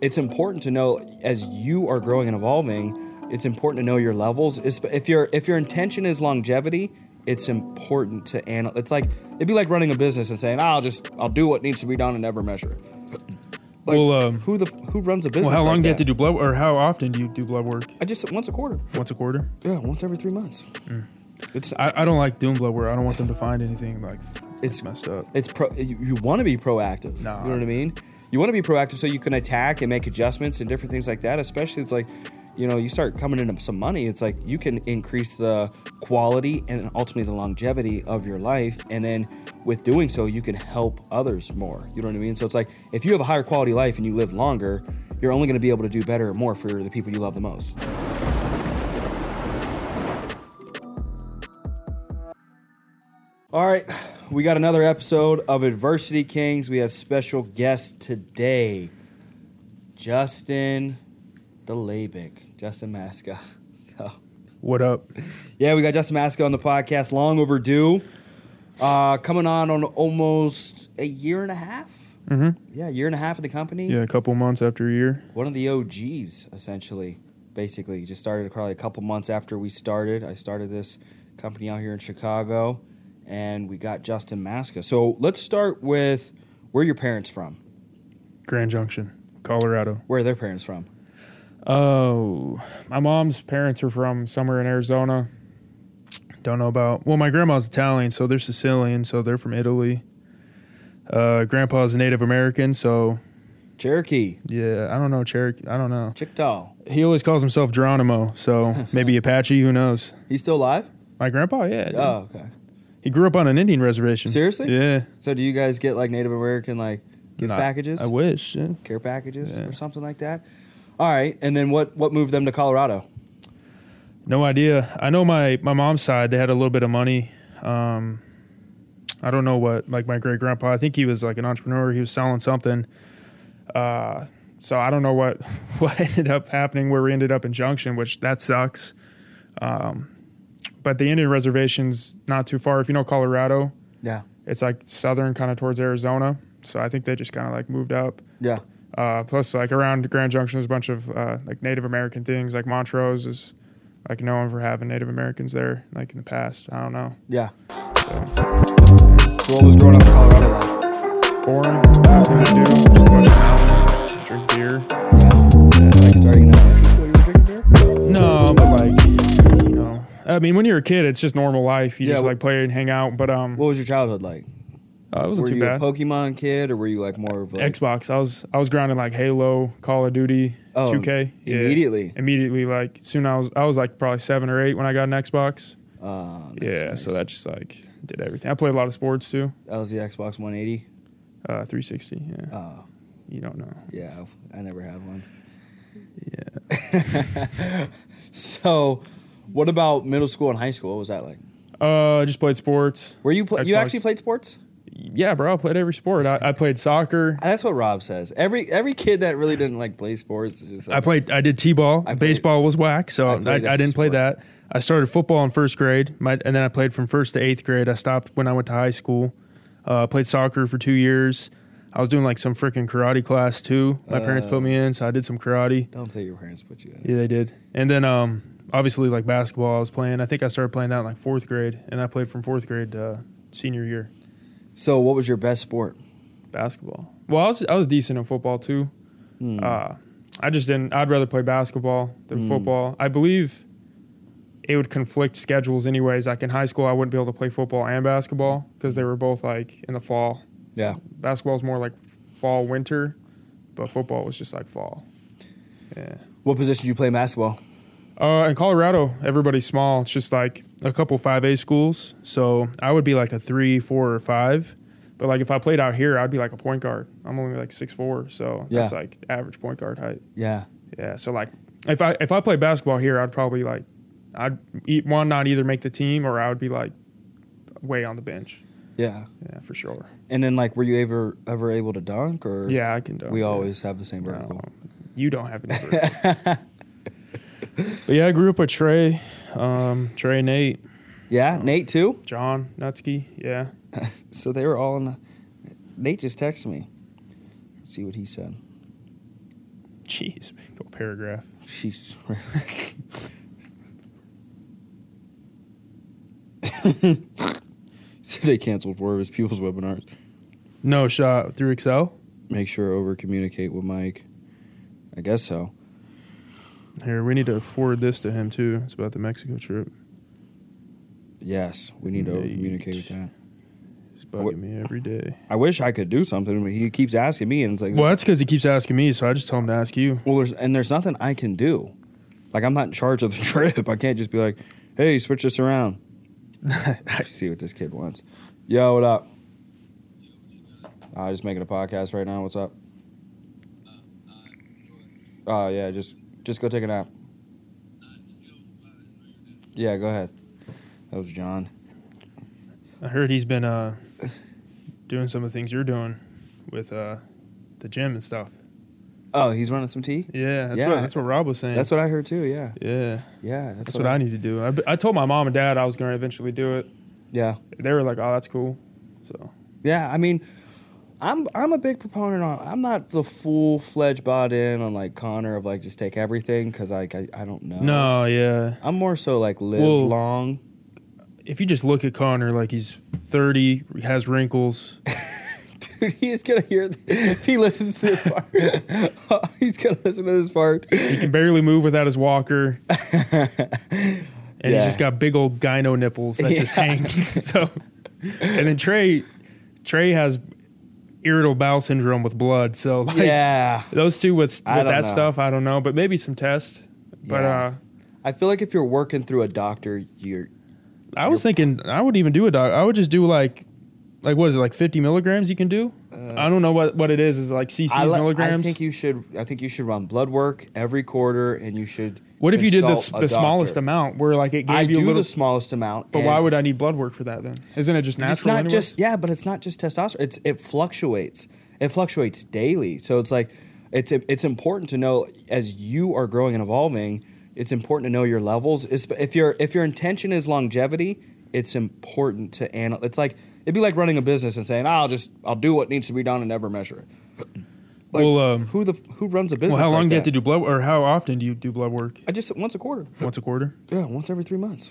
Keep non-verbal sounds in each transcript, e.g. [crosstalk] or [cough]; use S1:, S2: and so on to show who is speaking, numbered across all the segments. S1: it's important to know as you are growing and evolving it's important to know your levels It's- if your if your intention is longevity it's important to analyze it's like it'd be like running a business and saying i'll just i'll do what needs to be done and never measure it like,
S2: Well, um,
S1: who the who runs a business
S2: Well, how long
S1: like
S2: do you have
S1: that?
S2: to do blood, or how often do you do blood work?
S1: i just once a quarter
S2: Once a quarter.
S1: yeah once every three months
S2: Mm.
S1: it's
S2: I, I don't like doing blood work. I don't want them to find anything like
S1: It's-
S2: it's messed up.
S1: It's pro. You, you want to be proactive.
S2: Nah.
S1: You know what I mean? You want to be proactive so you can attack and make adjustments and different things like that. Especially it's like, you know, you start coming into some money. It's like you can increase the quality and ultimately the longevity of your life. And then with doing so, you can help others more. You know what I mean? So it's like if you have a higher quality life and you live longer, you're only going to be able to do better and more for the people you love the most. All right, we got another episode of Adversity Kings. We have special guest today, Justin Delabic, Justin Masca. [laughs] So,
S2: What up?
S1: yeah, we got Justin Masca on the podcast, long overdue. Uh, coming on on almost a year and a half.
S2: hmm
S1: Yeah, a year and a half of the company.
S2: Yeah, a couple months after a year.
S1: One of the OGs, essentially, basically, just started probably a couple months after we started. I started this company out here in Chicago, and we got Justin Masca. So let's start with where are your parents from?
S2: Grand Junction, Colorado.
S1: Where are their parents from?
S2: Oh, my mom's parents are from somewhere in Arizona. Don't know about. Well, my grandma's Italian, so they're Sicilian, so they're from Italy. Uh, grandpa's Native American, so
S1: Cherokee,
S2: yeah, I don't know Cherokee. I don't know.
S1: Chickasaw.
S2: He always calls himself Geronimo,
S1: [laughs]
S2: so maybe Apache. Who knows?
S1: He's still alive?
S2: My grandpa, yeah. dude.
S1: Oh, okay.
S2: He grew up on an Indian reservation.
S1: Seriously?
S2: Yeah.
S1: So do you guys get like Native American like gift
S2: Nah,
S1: packages,
S2: I wish. yeah.
S1: care packages,
S2: Yeah.
S1: or something like that? All right, and then what what moved them to Colorado?
S2: No idea. I know my my mom's side. They had a little bit of money. Um, I don't know what. Like my great grandpa, I think he was like an entrepreneur. He was selling something. Uh, so I don't know what [laughs] what ended up happening where we ended up in Junction, which that sucks. Um, but the Indian reservation's not too far. If you know Colorado,
S1: Yeah,
S2: it's like southern, kind of towards Arizona. So I think they just kind of like moved up.
S1: yeah,
S2: Uh, plus, like around Grand Junction, there's a bunch of uh, like Native American things. Like Montrose is like known for having Native Americans there, like in the past. I don't know.
S1: yeah.
S2: So,
S1: So what was growing up in Colorado like?
S2: boring. Nothing to do. Just a bunch of mountains. Drink beer.
S1: Like starting in elementary school, you were drinking beer?
S2: No, but like you know, I mean, when you're a kid, it's just normal life. You
S1: Yeah,
S2: just
S1: wh-
S2: like play and hang out. But um,
S1: What was your childhood like?
S2: uh, it wasn't
S1: Were
S2: too
S1: you
S2: bad.
S1: a Pokemon kid or were you like more of like
S2: Xbox. I was I was grinding like Halo, Call of Duty,
S1: Oh,
S2: 2K. Yeah.
S1: immediately?
S2: Immediately, like soon I was I was like probably seven or eight when I got an Xbox.
S1: Uh, nice,
S2: Yeah,
S1: nice.
S2: so that just like did everything. I played a lot of sports too.
S1: that was the Xbox 180.
S2: Uh, 360. Yeah,
S1: Oh,
S2: you don't know.
S1: yeah, I never had one.
S2: Yeah.
S1: [laughs] so, what about middle school and high school? What was that like?
S2: Uh, I just played sports.
S1: Were you pla you
S2: Xbox.
S1: actually played sports?
S2: Yeah, bro. I played every sport. I, I played soccer.
S1: That's what Rob says. Every every kid that really didn't like play sports is just like,
S2: I played. I did t-ball.
S1: I played-
S2: Baseball was whack, so
S1: I
S2: I,
S1: played
S2: I,
S1: every
S2: didn't play
S1: sport.
S2: that. I started football in first grade, my, and then I played from first to eighth grade. I stopped when I went to high school. Uh, played soccer for two years. I was doing like some freaking karate class too. My parents
S1: Uh.
S2: put me in, so I did some karate.
S1: Don't say your parents put you in. it.
S2: Yeah, they did. And then um, obviously like basketball, I was playing. I think I started playing that in like fourth grade, and I played from fourth grade to uh, senior year
S1: So, what was your best sport?
S2: basketball. Well, I was I was decent in football too.
S1: Hmm.
S2: Uh, I just didn't. I'd rather play basketball than football. I believe it would conflict schedules anyways. Like in high school, I wouldn't be able to play football and basketball because they were both like in the fall.
S1: yeah.
S2: Basketball's more like fall winter, but football was just like fall. Yeah.
S1: What position did you play in basketball?
S2: Uh, in Colorado, everybody's small. It's just like a couple 5A schools. So I would be like a three, four, or five. But like if I played out here, I'd be like a point guard. I'm only like six four, so
S1: Yeah.
S2: that's like average point guard height.
S1: Yeah.
S2: Yeah. So like if I if I played basketball here, I'd probably like I'd e- one not either make the team or I would be like way on the bench.
S1: Yeah.
S2: Yeah, for sure.
S1: And then, like, were you ever ever able to dunk? Or
S2: Yeah, I can dunk.
S1: we
S2: yeah.
S1: always have the same
S2: No,
S1: vertical.
S2: you don't have
S1: [laughs]
S2: any. vertical. but yeah, I grew up with Trey, um, Trey, Nate,
S1: yeah, Nate too.
S2: John Nutsky. Yeah.
S1: So they were all in. The, Nate just texted me. Let's see what he said.
S2: Jeez, big old paragraph.
S1: [laughs] She's. they canceled four of his pupils' webinars.
S2: No shot through Excel.
S1: Make sure over communicate with Mike. I guess so.
S2: Here, we need to forward this to him too. It's about the Mexico trip.
S1: Yes, we need to over communicate with that.
S2: He's
S1: I would-
S2: bugging me every day.
S1: I wish I could do something, but he keeps asking me, and it's like,
S2: Well, that's because he keeps asking me, so I just tell him to
S1: [laughs]
S2: ask you.
S1: Well, there's and there's nothing I can do. Like I'm not in charge of the [laughs] trip. I can't just be like, hey, switch this around. [laughs] See what this kid wants. Yo, what up? I just making a podcast right now. What's up? Oh yeah, just just go take a nap. Yeah, go ahead. That was John.
S2: I heard he's been uh, doing some of the things you're doing with uh, the gym and stuff.
S1: Oh, he's running some tea.
S2: Yeah, that's
S1: Yeah.
S2: what that's what Rob was saying.
S1: That's what I heard too. Yeah,
S2: yeah,
S1: yeah. That's,
S2: that's what I need to do. I, b- I told my mom and dad I was going to eventually do it.
S1: Yeah.
S2: They were like, "Oh, that's cool." So
S1: Yeah, I mean, I'm I'm a big proponent on. I'm not the full fledged bought in on like Connor of like just take everything because like I, I don't know.
S2: no, yeah.
S1: I'm more so like live
S2: Well-
S1: long. [laughs]
S2: If you just look at Connor, like he's 30, has wrinkles.
S1: Dude, he is gonna hear. th- If he listens to this part, [laughs] he's gonna listen to this part. [laughs]
S2: He can barely move without his walker, and
S1: Yeah.
S2: he's just got big old gyno nipples that
S1: [laughs]
S2: just
S1: Yeah.
S2: hang. [laughs] so, and then Trey, Trey has irritable bowel syndrome with blood. So like,
S1: yeah,
S2: those two with, with
S1: I don't
S2: that
S1: know.
S2: stuff, I don't know, but maybe some tests. But
S1: Yeah.
S2: uh,
S1: I feel like if you're working through a doctor, you're
S2: I was thinking I would even do a doc. I would just do like, like what is it like fifty milligrams? You can do. I don't know what what it is. Is it like cc's
S1: Uh, I, li- I
S2: milligrams?
S1: think you should. I think you should run blood work every quarter, and you should.
S2: what if you did the,
S1: consult
S2: s-
S1: a
S2: the smallest
S1: doctor.
S2: amount where like it gave
S1: I
S2: you a
S1: do
S2: little?
S1: the smallest amount.
S2: but why
S1: and-
S2: would I need blood work for that then? Isn't it just natural?
S1: It's not
S2: anyways?
S1: just yeah, but it's not just testosterone. It's it fluctuates. It fluctuates daily. So it's like it's it's important to know as you are growing and evolving. It's important to know your levels. It's- If your if your intention is longevity, it's important to anal. It's like it'd be like running a business and saying, "I'll just I'll do what needs to be done and never measure it." Like,
S2: Well, um,
S1: who the who runs a business?
S2: well, how long
S1: like
S2: do you have
S1: that?
S2: to do blood, or how often do you do blood work?
S1: I just once a quarter.
S2: Once a quarter.
S1: Yeah, once every three months.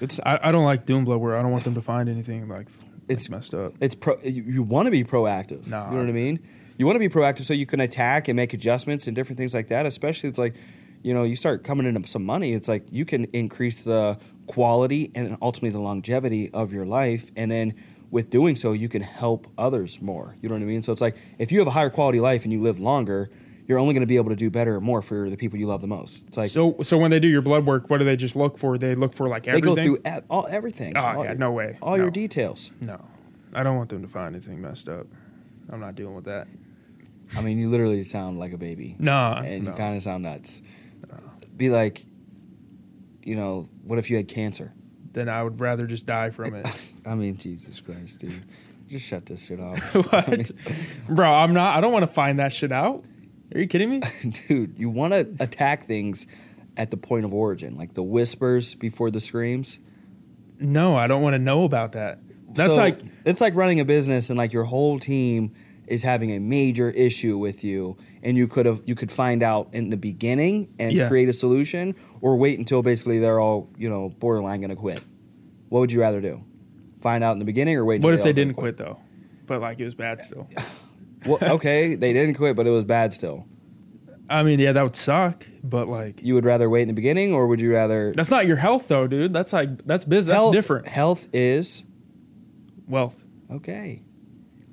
S1: It's
S2: I, I don't like doing blood work. I don't want them to find anything like it's
S1: It's-
S2: messed up.
S1: it's pro you, you want to be proactive
S2: Nah.
S1: you know what i mean you want to be proactive so you can attack and make adjustments and different things like that especially it's like you know you start coming into some money it's like you can increase the quality and ultimately the longevity of your life and then with doing so you can help others more you know what i mean so it's like if you have a higher quality life and you live longer you're only going to be able to do better and more for the people you love the most it's like
S2: So so when they do your blood work, what do they just look for? They look for like
S1: they
S2: everything.
S1: go through e- all everything
S2: Oh,
S1: all
S2: yeah,
S1: your-
S2: no way.
S1: all
S2: No.
S1: your details
S2: No, I don't want them to find anything messed up. I'm not dealing with that.
S1: i mean you literally sound like a baby
S2: No,
S1: and
S2: no.
S1: you kind of sound nuts. Be like, you know, what if you had cancer? [laughs]
S2: then I would rather just die from it. [laughs]
S1: I mean, Jesus Christ, dude. Just shut this shit off.
S2: what,
S1: I
S2: bro? I'm not. I don't want to find that shit out. Are you kidding me?
S1: mean, [laughs] dude, you want to attack things at the point of origin, like the whispers before the screams.
S2: No, I don't want to know about that. That's
S1: So,
S2: like
S1: it's like running a business and like your whole team is having a major issue with you and you could have you could find out in the beginning and
S2: Yeah.
S1: create a solution or wait until basically they're all, you know, borderline going to quit. What would you rather do? Find out in the beginning or wait
S2: what
S1: until
S2: if they
S1: all gonna
S2: didn't quit though? But like it was bad still.
S1: Well,
S2: [laughs]
S1: okay, they didn't quit but it was bad still.
S2: I mean, yeah, that would suck. But like,
S1: You would rather wait in the beginning or would you rather
S2: that's not your health though, dude. That's like that's business. That's
S1: Health-
S2: different.
S1: Health is
S2: Wealth.
S1: okay.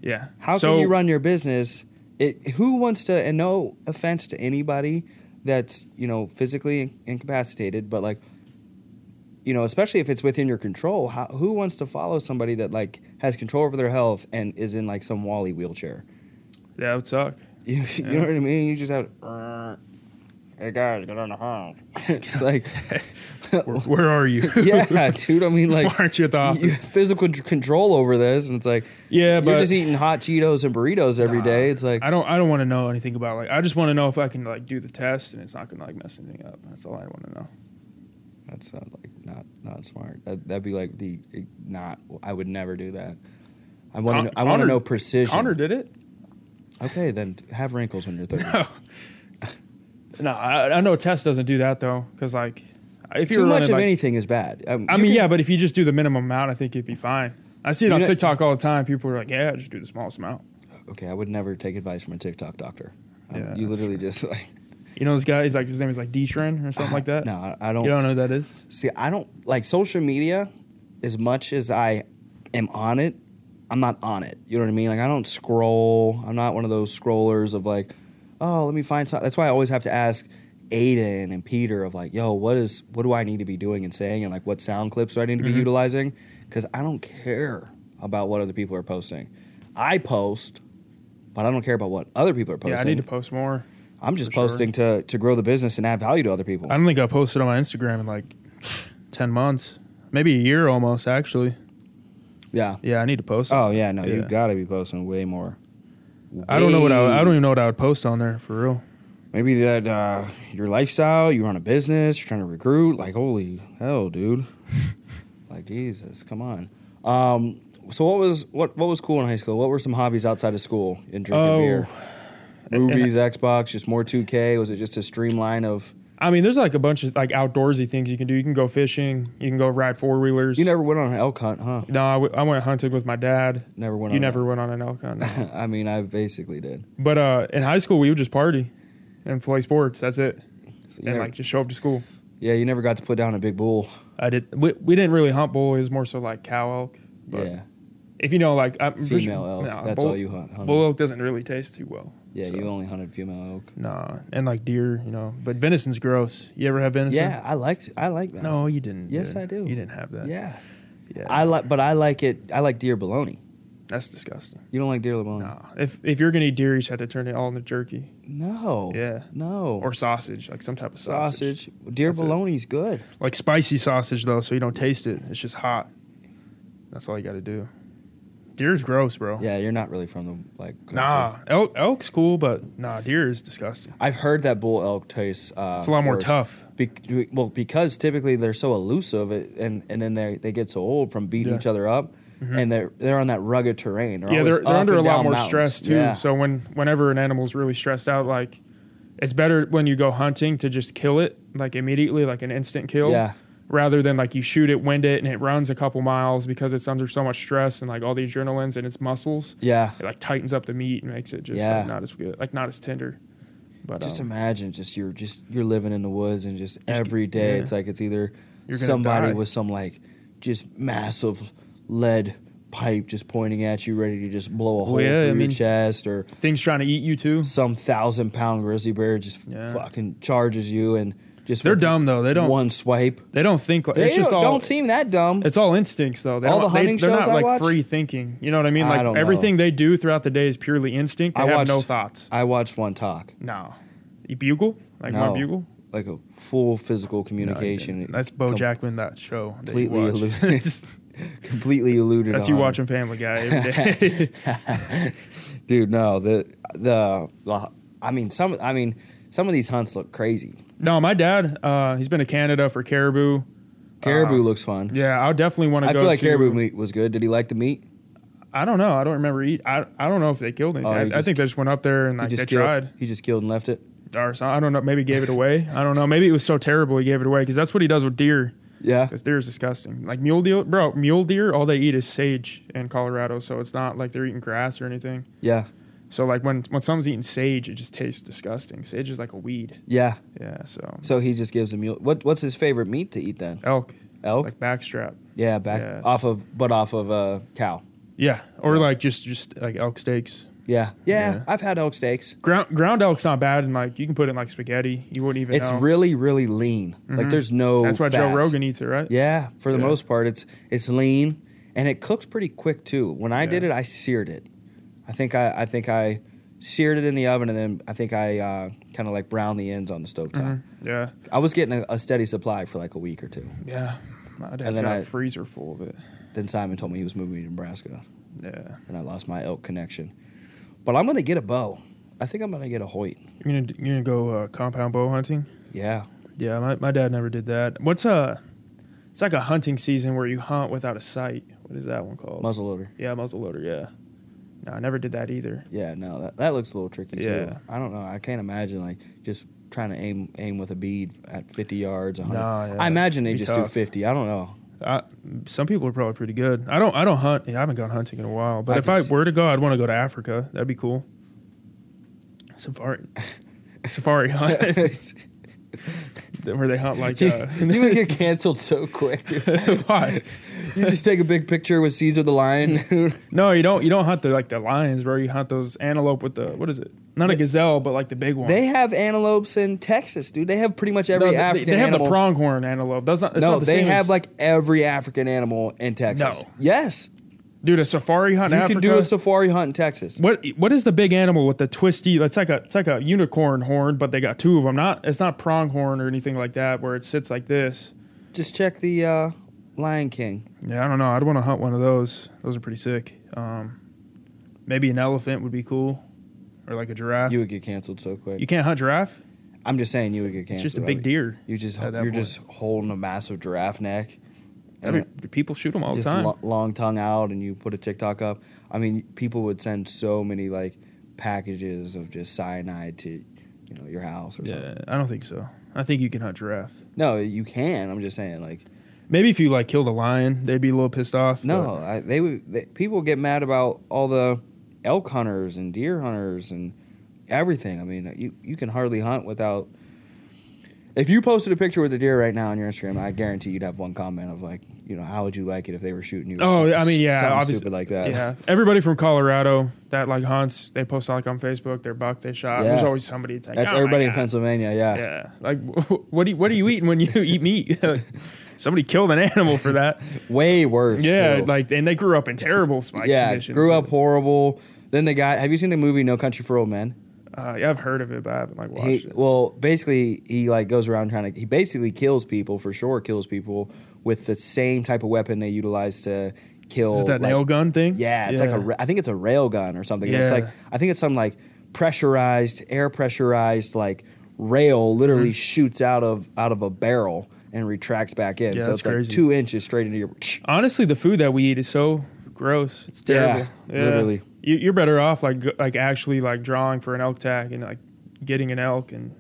S2: Yeah.
S1: How
S2: So-
S1: can you run your business? It, who wants to? And no offense to anybody that's you know physically incapacitated, but like you know, especially if it's within your control, how, who wants to follow somebody that like has control over their health and is in like some Wally wheelchair? [laughs]
S2: That would suck.
S1: You, you know what I mean? You just have. Hey guys, get on the horn. [laughs] it's
S2: [laughs]
S1: like,
S2: Where, where are you?
S1: [laughs]
S2: [laughs]
S1: yeah, dude. I mean,
S2: Why [laughs]
S1: like,
S2: aren't you at the office?
S1: you have physical c- control over this, and it's like,
S2: yeah, but
S1: you're just eating hot Cheetos and burritos every day. It's like,
S2: I don't I don't want to know anything about like I just want to know if I can like do the test and it's not gonna like mess anything up. That's all I want to know.
S1: That's not like not not smart. That, that'd be like the not. I would never do that. I want to. I want to
S2: Connor-
S1: know precision.
S2: Connor did it.
S1: [laughs] Okay, then have wrinkles when you're thirty.
S2: [laughs] No. [laughs] No, I, I know Tess doesn't do that though, because like if
S1: Too
S2: you're
S1: much
S2: running,
S1: of
S2: like,
S1: anything is bad. Um,
S2: I
S1: you
S2: mean,
S1: can-
S2: yeah, but if you just do the minimum amount, I think you'd be fine. I see it
S1: You're
S2: on
S1: not-
S2: TikTok all the time. People are like, "Yeah, just do the smallest amount."
S1: Okay, I would never take advice from a TikTok doctor. Um,
S2: Yeah,
S1: you
S2: that's
S1: literally just like
S2: You know this guy? He's like his name is like Detrin
S1: [sighs] [laughs]
S2: or something like that.
S1: No, I- I
S2: you don't know who that is.
S1: See, I don't like social media as much as I am on it. I'm not on it. You know what I mean? Like I don't scroll. I'm not one of those scrollers of like, oh, let me find. Something. That's why I always have to ask Aiden and Peter of like, yo, what is what do I need to be doing and saying and like what sound clips do I need
S2: Mm-hmm.
S1: to be utilizing? Because I don't care about what other people are posting. I post, but I don't care about what other people are posting.
S2: Yeah, I need to post more.
S1: I'm just
S2: for sure.
S1: posting to to grow the business and add value to other people.
S2: I don't think I posted on my Instagram in like ten months, maybe a year almost. Actually,
S1: yeah.
S2: yeah, I need to post.
S1: Oh yeah, no, you
S2: Yeah.
S1: got to be posting way more.
S2: I don't know what I, I
S1: Way-
S2: don't even know what I would post on there for real.
S1: Maybe that uh, your lifestyle. You run a business. You're trying to recruit. Like holy hell,
S2: [laughs]
S1: dude. like Jesus, come on. Um, so what was what what was cool in high school? What were some hobbies outside of school and drinking
S2: Oh.
S1: beer? Movies, Xbox, just more 2K. Was it just a streamline of?
S2: I mean, there's like a bunch of like outdoorsy things you can do. You can go fishing. You can go ride four wheelers.
S1: You never went on an elk hunt, huh?
S2: No, I, w- I went hunting with my dad.
S1: Never went.
S2: You
S1: on
S2: never went on an elk hunt.
S1: An, [laughs] I mean, I basically did.
S2: But uh, in high school, we would just party and play sports. That's it.
S1: So you
S2: And
S1: never-
S2: like just show up to school.
S1: yeah, you never got to put down a big bull.
S2: I did. We, we didn't really hunt bull. It was more so like cow elk. But
S1: yeah,
S2: if you know, like I'm pretty
S1: female
S2: sure-
S1: elk.
S2: nah,
S1: That's
S2: bull,
S1: all you hunt. hunted.
S2: Bull elk doesn't really taste too well.
S1: Yeah,
S2: So,
S1: you only hunted female elk.
S2: Nah, and like deer, you know. But venison's gross. You ever have venison?
S1: Yeah, I liked I like that.
S2: No, you didn't.
S1: Yes,
S2: dude.
S1: I do.
S2: You didn't have that.
S1: Yeah.
S2: Yeah.
S1: I like but I like it I like deer bologna.
S2: That's disgusting.
S1: You don't like deer bologna?
S2: Nah. If if you're gonna eat deer, you just have to turn it all into jerky
S1: No.
S2: Yeah.
S1: No.
S2: or sausage, like some type of sausage.
S1: sausage. Deer
S2: That's it.
S1: bologna's good.
S2: like spicy sausage though, so you don't taste it. It's just hot. That's all you got to do. Deer's gross, bro.
S1: Yeah, you're not really from the like country.
S2: Nah, elk, elk's cool, but nah, deer is disgusting.
S1: I've heard that bull elk tastes uh
S2: It's a lot more
S1: worse.
S2: tough.
S1: Be- well, because typically they're so elusive it, and and then they they get so old from beating
S2: Yeah. Mm-hmm.
S1: each other up and they're they're on that rugged terrain.
S2: yeah,
S1: always
S2: they're they're
S1: up
S2: under
S1: and
S2: a lot
S1: down
S2: more
S1: mountains.
S2: stress too.
S1: Yeah.
S2: So when whenever an animal's really stressed out, like it's better when you go hunting to just kill it like immediately, like an instant kill.
S1: Yeah.
S2: Rather than like you shoot it, wind it, and it runs a couple miles because it's under so much stress and like all the adrenalines in its muscles.
S1: yeah.
S2: it like tightens up the meat and makes it just
S1: Yeah.
S2: like not as good, like not as tender. But
S1: Just
S2: um,
S1: imagine, just you're just you're living in the woods, and just every day
S2: yeah.
S1: it's like it's either
S2: You're gonna
S1: somebody
S2: die.
S1: with some like just massive lead pipe just pointing at you, ready to just blow a hole
S2: Oh, yeah, I
S1: through your
S2: mean-
S1: chest, or
S2: things trying to eat you too.
S1: some thousand pound grizzly bear just
S2: Yeah.
S1: fucking charges you and just
S2: They're
S1: with
S2: dumb though. They don't.
S1: one swipe.
S2: They don't think. Like,
S1: They
S2: it's just
S1: don't,
S2: all.
S1: don't seem that dumb.
S2: it's all instincts though. They
S1: All
S2: don't,
S1: the hunting
S2: they, They're
S1: shows
S2: not
S1: I
S2: like
S1: watch-
S2: free thinking. You know what I mean?
S1: I
S2: Like
S1: don't
S2: everything
S1: know.
S2: they do throughout the day is purely instinct. They
S1: I
S2: have
S1: watched-
S2: no thoughts.
S1: I watched one talk,
S2: No. You bugle like
S1: No.
S2: my bugle.
S1: like a full physical
S2: No, you
S1: communication.
S2: didn't. That's Bo
S1: Com-
S2: Jackman. That show. That you
S1: Completely
S2: watch.
S1: eluded. [laughs] completely eluded.
S2: [laughs] That's you
S1: on.
S2: watching Family Guy
S1: [laughs]
S2: every day. [laughs]
S1: Dude, no, the the I mean some I mean some of these hunts look crazy.
S2: no, my dad. Uh, he's been to Canada for caribou.
S1: Caribou
S2: Uh,
S1: looks fun.
S2: Yeah, I would definitely want to
S1: I
S2: go.
S1: feel like
S2: to,
S1: caribou meat was good. Did he like the meat?
S2: I don't know. I don't remember eat. I, I don't know if they killed anything.
S1: Oh,
S2: I,
S1: you
S2: I
S1: just-
S2: think they just went up there and
S1: He
S2: like they
S1: just
S2: tried.
S1: killed. He just killed and left it.
S2: Or something. I don't know. Maybe gave it away. I don't know. Maybe it was so terrible he gave it away because that's what he does with deer.
S1: Yeah,
S2: Because deer is disgusting. Like mule deer, bro. Mule deer, all they eat is sage in Colorado, so it's not like they're eating grass or anything.
S1: yeah,
S2: So like when when someone's eating sage, it just tastes disgusting. Sage is like a weed.
S1: yeah.
S2: Yeah. So
S1: So he just gives a mule. What what's his favorite meat to eat then?
S2: elk,
S1: Elk.
S2: Uh, like backstrap.
S1: yeah, back
S2: yeah.
S1: off of but off of uh, cow.
S2: Yeah. Or like just just like elk steaks.
S1: Yeah. yeah,
S2: Yeah.
S1: I've had elk steaks.
S2: Ground ground elk's not bad, and like you can put it in like spaghetti. You wouldn't even.
S1: It's
S2: know. Mm-hmm.
S1: really really lean. Like there's no.
S2: That's why Joe
S1: fat.
S2: Rogan eats it, right?
S1: Yeah, for the
S2: Yeah.
S1: most part, it's it's lean and it cooks pretty quick too. When I did
S2: Yeah.
S1: it, I seared it. I think I I think I seared it in the oven and then I think I uh, kind of like browned the ends on the stovetop. top.
S2: Yeah,
S1: I was getting a, a steady supply for like a week or two.
S2: yeah. My
S1: And
S2: dad's
S1: then
S2: got a
S1: I-
S2: freezer full of it.
S1: Then Simon told me he was moving to Nebraska
S2: Yeah,
S1: and I lost my elk connection. But I'm gonna get a bow. I think I'm gonna get a Hoyt.
S2: you're gonna you're gonna go uh, compound bow hunting.
S1: Yeah,
S2: Yeah, my, my dad never did that. What's a? It's like a hunting season where you hunt without a sight. What is that one called?
S1: muzzleloader.
S2: Yeah, muzzle loader. Yeah, No, I never did that either.
S1: Yeah, no, that, that looks a little tricky too.
S2: Yeah.
S1: I don't know. I can't imagine like just trying to aim aim with a bead at 50 yards. 100.
S2: Nah, yeah,
S1: I imagine they
S2: be
S1: just do
S2: tough.
S1: 50. I don't
S2: [laughs]
S1: know.
S2: I, some people are probably pretty good. I don't. I don't hunt. Yeah, I haven't gone hunting in a while. But
S1: I
S2: if
S1: can
S2: I
S1: see-
S2: were to go, I'd want to go to Africa. That'd be cool.
S1: [laughs]
S2: Safari, safari hunt, where they hunt like.
S1: you,
S2: [laughs] Uh,
S1: you would get canceled so quick. dude.
S2: [laughs] Why?
S1: You just take a big picture with Caesar the lion. dude.
S2: [laughs] No, you don't. You don't hunt the like the lions, bro. You hunt those antelope with the what is it? Not a gazelle, but like the big one.
S1: they have antelopes in Texas, dude. They have pretty much
S2: No,
S1: every
S2: they-
S1: African
S2: they have
S1: animal.
S2: the pronghorn antelope. That's not. That's
S1: no,
S2: not the
S1: they
S2: same
S1: have
S2: as-
S1: like every African animal in Texas.
S2: No.
S1: Yes,
S2: dude a safari hunt. in
S1: you
S2: Africa,
S1: can do a safari hunt in Texas.
S2: What what is the big animal with the twisty? It's like a it's like a unicorn horn, but they got two of them. Not it's not pronghorn or anything like that, where it sits like this.
S1: Just check the uh, Lion King.
S2: Yeah, I don't know. I'd want to hunt one of those. Those are pretty sick. Um, maybe an elephant would be cool, or like a giraffe.
S1: You
S2: You,
S1: would get canceled so quick.
S2: can't hunt giraffe.
S1: I'm just saying you would get
S2: It's
S1: canceled.
S2: just a big deer.
S1: You just
S2: at
S1: you're
S2: that point.
S1: just holding a massive giraffe neck.
S2: I mean, people shoot them all the
S1: just
S2: time.
S1: lo- long tongue out, and you put a TikTok up. I mean, people would send so many like packages of just cyanide to, you know, your house or something.
S2: yeah, I don't think so. I think you can hunt giraffe.
S1: No, you can. I'm just saying, like,
S2: Maybe if you like killed a lion, they'd be a little pissed off.
S1: no, I, they would. They, people get mad about all the elk hunters and deer hunters and everything. I mean, you you can hardly hunt without. If you posted a picture with a deer right now on your Instagram, I guarantee you'd have one comment of like, you know, how would you like it if they were shooting you? or
S2: but- oh,
S1: something-
S2: I mean, yeah,
S1: something
S2: obviously,
S1: stupid like that.
S2: Yeah, everybody from Colorado that like hunts, they post like on Facebook their buck they shot.
S1: Yeah.
S2: There's always somebody. That's,
S1: [laughs]
S2: like,
S1: That's
S2: "Oh my
S1: everybody in
S2: God."
S1: Pennsylvania. Yeah.
S2: Yeah, like [laughs] what do you, what are you eating when you [laughs] eat meat? somebody killed an animal for that.
S1: [laughs] way worse.
S2: Yeah,
S1: too.
S2: like and they grew up in terrible spike
S1: yeah,
S2: conditions.
S1: grew up horrible. Then the guy, have you seen the movie No Country for Old Men?
S2: Uh, yeah, I've heard of it, but I haven't like watched
S1: He,
S2: it.
S1: well, basically, he like goes around trying to. He basically kills people for sure. Kills people with the same type of weapon they utilize to kill.
S2: Is it that
S1: like-
S2: nail gun thing?
S1: Yeah, it's like a. ra- I think it's a rail gun or something. And It's
S2: Yeah.
S1: like I think it's some like pressurized, air pressurized like rail literally
S2: Mm-hmm.
S1: shoots out of out of a barrel and retracts back in.
S2: Yeah,
S1: so
S2: that's
S1: it's like
S2: crazy.
S1: two inches straight into your.
S2: Honestly, the food that we eat is so gross. It's terrible.
S1: Yeah, literally.
S2: You, you're better off like g- like actually like drawing for an elk tag and like getting an elk and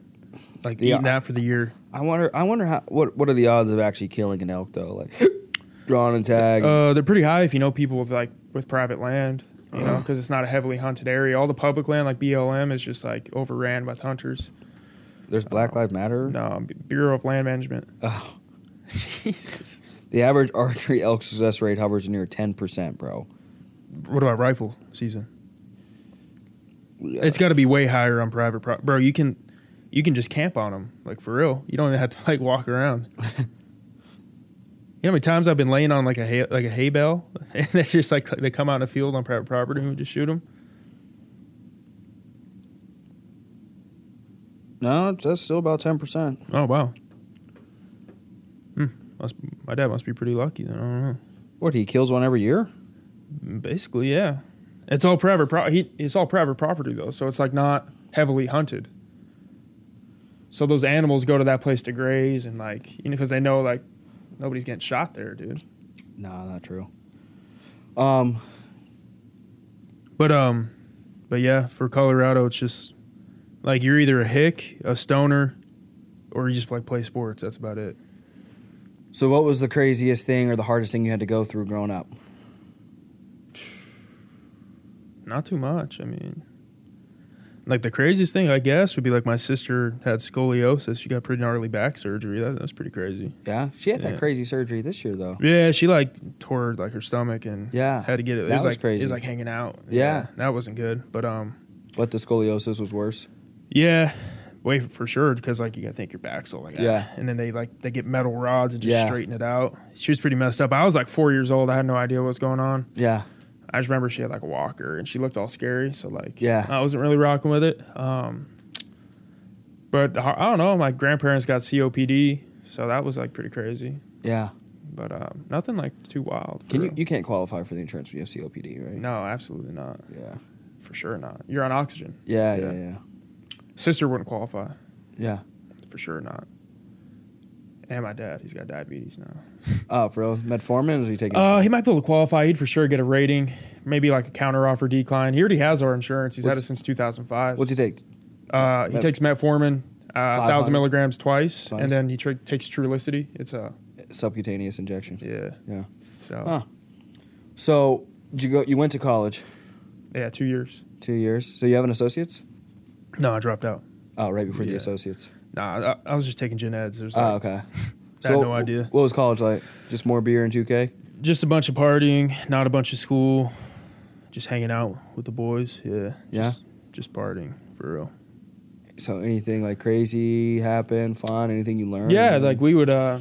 S2: like
S1: Yeah.
S2: eating that for the year.
S1: I wonder. I wonder how. What What are the odds of actually killing an elk though? Like [sniffs] drawn and tag.
S2: Uh, they're pretty high if you know people with like with private land, you know, because it's not a heavily hunted area. All the public land like BLM is just like overran with hunters.
S1: There's Black Lives Matter. Oh.
S2: No, B- Bureau of Land Management.
S1: Ugh.
S2: [laughs] Jesus.
S1: The average [laughs] archery elk success rate hovers near ten percent, bro.
S2: What about rifle season? It's got to be way higher on private pro- bro. You can, you can just camp on them like for real. You don't even have to like walk around. you know how many times I've been laying on like a hay, like a hay bale, [laughs] and they just like they come out in the field on private property and we just shoot them.
S1: No, that's still about ten percent.
S2: Oh wow. Hmm. Must, my dad must be pretty lucky then. I don't know.
S1: What he kills one every year?
S2: Basically, yeah. It's all private. Pro- he, it's all private property though, so it's like not heavily hunted. So those animals go to that place to graze and like you know because they know like nobody's getting shot there, dude.
S1: Nah, not true. Um,
S2: But um, but yeah, for Colorado, it's just like you're either a hick, a stoner, or you just like play sports. That's about it.
S1: so what was the craziest thing or the hardest thing you had to go through growing up?
S2: Not too much. I mean, like the craziest thing I guess would be like my sister had scoliosis. She got pretty gnarly back surgery. That, that's pretty crazy.
S1: Yeah, she had that
S2: Yeah.
S1: crazy surgery this year though.
S2: Yeah, she like tore like her stomach and
S1: Yeah,
S2: had to get it. It
S1: that
S2: was,
S1: was
S2: like
S1: crazy.
S2: It was like hanging out.
S1: Yeah.
S2: that wasn't good. But um,
S1: But the scoliosis was worse.
S2: yeah, wait for sure because like you gotta think your back's all like ah.
S1: Yeah.
S2: and then they like they get metal rods and just
S1: Yeah.
S2: straighten it out. She was pretty messed up. I was like four years old. I had no idea what was going on.
S1: Yeah,
S2: I just remember she had like a walker and she looked all scary. So like,
S1: Yeah.
S2: I wasn't really rocking with it. Um, but I I don't know. My grandparents got COPD, so that was like pretty crazy.
S1: yeah.
S2: But um, nothing like too wild. for
S1: Can you
S2: real.
S1: you can't qualify for the insurance when you have COPD, right?
S2: No, absolutely not.
S1: Yeah.
S2: For sure not. You're on oxygen.
S1: Yeah, yeah,
S2: Yeah.
S1: yeah,
S2: Sister wouldn't qualify.
S1: yeah.
S2: For sure not. And my dad, he's got diabetes now.
S1: Oh, for Uh, real? Metformin? Or are you taking?
S2: Uh, he might be able to qualify. He'd for sure get a rating, maybe like a counter offer decline. He already has our insurance. He's had it
S1: What's-
S2: since 2005.
S1: What'd you take?
S2: Uh, he
S1: Met-
S2: takes metformin, uh, thousand milligrams twice,
S1: Twice.
S2: and then he tr- takes Trulicity. It's a
S1: Subcutaneous injection.
S2: yeah.
S1: Yeah.
S2: So
S1: Huh. So did you go? You went to college
S2: yeah, two years.
S1: two years. So you have an associates?
S2: No, I dropped out.
S1: Oh, right before the
S2: Yeah.
S1: associates.
S2: Nah, I, I was just taking gen eds. There's
S1: Oh,
S2: like,
S1: okay.
S2: [laughs] I had no idea.
S1: What was college like? Just more beer and 2K?
S2: just a bunch of partying, not a bunch of school, just hanging out with the boys. Yeah,
S1: Yeah.
S2: just, just partying for real.
S1: So anything like crazy happen, fun, anything you learned?
S2: Yeah, like we would uh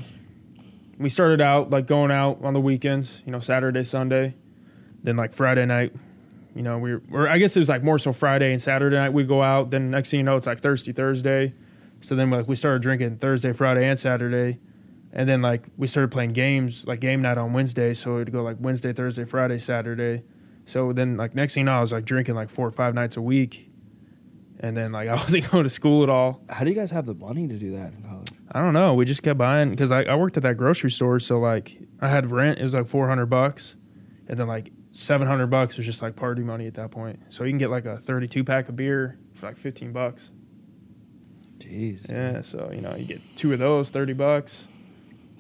S2: we started out like going out on the weekends, you know, Saturday, Sunday. Then like Friday night, you know, we or I guess it was like more so Friday and Saturday night we go out, then next thing you know it's like Thirsty Thursday. So then like we started drinking Thursday, Friday and Saturday. And then like we started playing games, like game night on Wednesday, so it'd go like Wednesday, Thursday, Friday, Saturday. So then like next thing you know, I was like drinking like four or five nights a week. And then like [laughs] I wasn't going to school at all.
S1: How do you guys have the money to do that in college?
S2: I don't know. We just kept buying because I, I worked at that grocery store, so like I had rent. It was like four hundred bucks, and then like seven hundred bucks was just like party money at that point. So you can get like a thirty-two pack of beer for like fifteen bucks.
S1: Jeez.
S2: Yeah, so you know you get two of those, thirty bucks.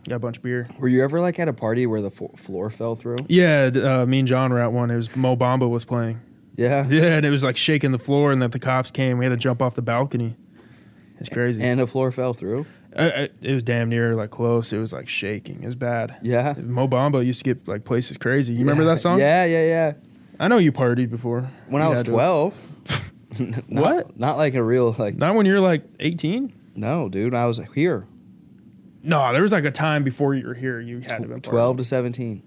S2: Got a bunch of beer.
S1: Were you ever like at a party where the fo- floor fell through?
S2: Yeah, d- uh, me and John were at one. It was Mo Bamba was playing. [laughs]
S1: Yeah.
S2: Yeah, and it was like shaking the floor, and then the cops came. We had to jump off the balcony. It's crazy.
S1: And a floor fell through?
S2: I, I, it was damn near like close. It was like shaking. It was bad.
S1: Yeah.
S2: Mo Bamba used to get like places crazy. You remember that song?
S1: Yeah, yeah, yeah.
S2: I know you partied before.
S1: When
S2: You
S1: I was
S2: had to.
S1: 12.
S2: [laughs]
S1: [laughs] Not-
S2: What?
S1: Not like a real, like,
S2: Not when you're like 18.
S1: no, dude. I was here.
S2: No, there was like a time before you were here. You had to have been
S1: 12
S2: partied.
S1: to 17.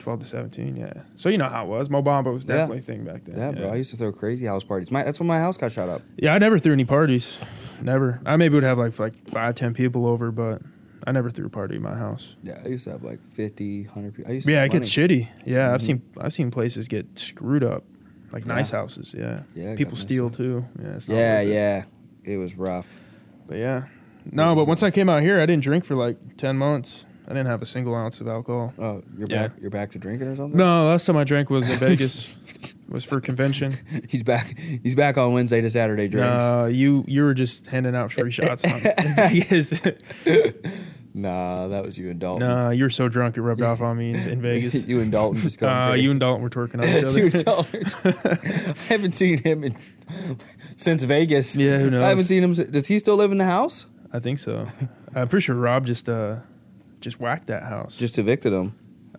S2: 12 to 17. Yeah. So you know how it was. Mo Bamba was
S1: Yeah.
S2: definitely a thing back then.
S1: Yeah, bro. I used to throw crazy house parties. My, that's when my house got shot up.
S2: Yeah, I never threw any parties. Never. I maybe would have like like five, ten people over, but I never threw a party at my house.
S1: Yeah, I used to have like 50, 100 people. I used to
S2: Yeah,
S1: have
S2: it gets
S1: money.
S2: shitty. Yeah, I've seen I've seen places get screwed up, like nice
S1: Yeah.
S2: houses. Yeah,
S1: Yeah, it got
S2: people
S1: messed
S2: steal too. Yeah, it's not
S1: Yeah,
S2: worth it.
S1: yeah. It was rough.
S2: But yeah, no. But once I came out here, I didn't drink for like ten months. I didn't have a single ounce of alcohol.
S1: Oh, you're
S2: Yeah.
S1: back. You're back to drinking or something?
S2: No, last time I drank was in Vegas. was for convention.
S1: [laughs] he's back. He's back on Wednesday to Saturday drinks.
S2: Uh, you you were just handing out free shots.
S1: [laughs]
S2: On, in Vegas. [laughs]
S1: Nah, that was you and Dalton. [laughs]
S2: no, you were so drunk it rubbed off on me in, in Vegas.
S1: you and Dalton just going.
S2: Uh,
S1: crazy.
S2: you and Dalton were twerking on each
S1: [laughs]
S2: other.
S1: you and
S2: [laughs]
S1: Dalton. I haven't seen him in, since Vegas.
S2: Yeah, who
S1: I haven't
S2: knows?
S1: seen him. si- Does he still live in the house?
S2: I think so. I'm pretty sure Rob just uh just whacked that house.
S1: Just evicted him.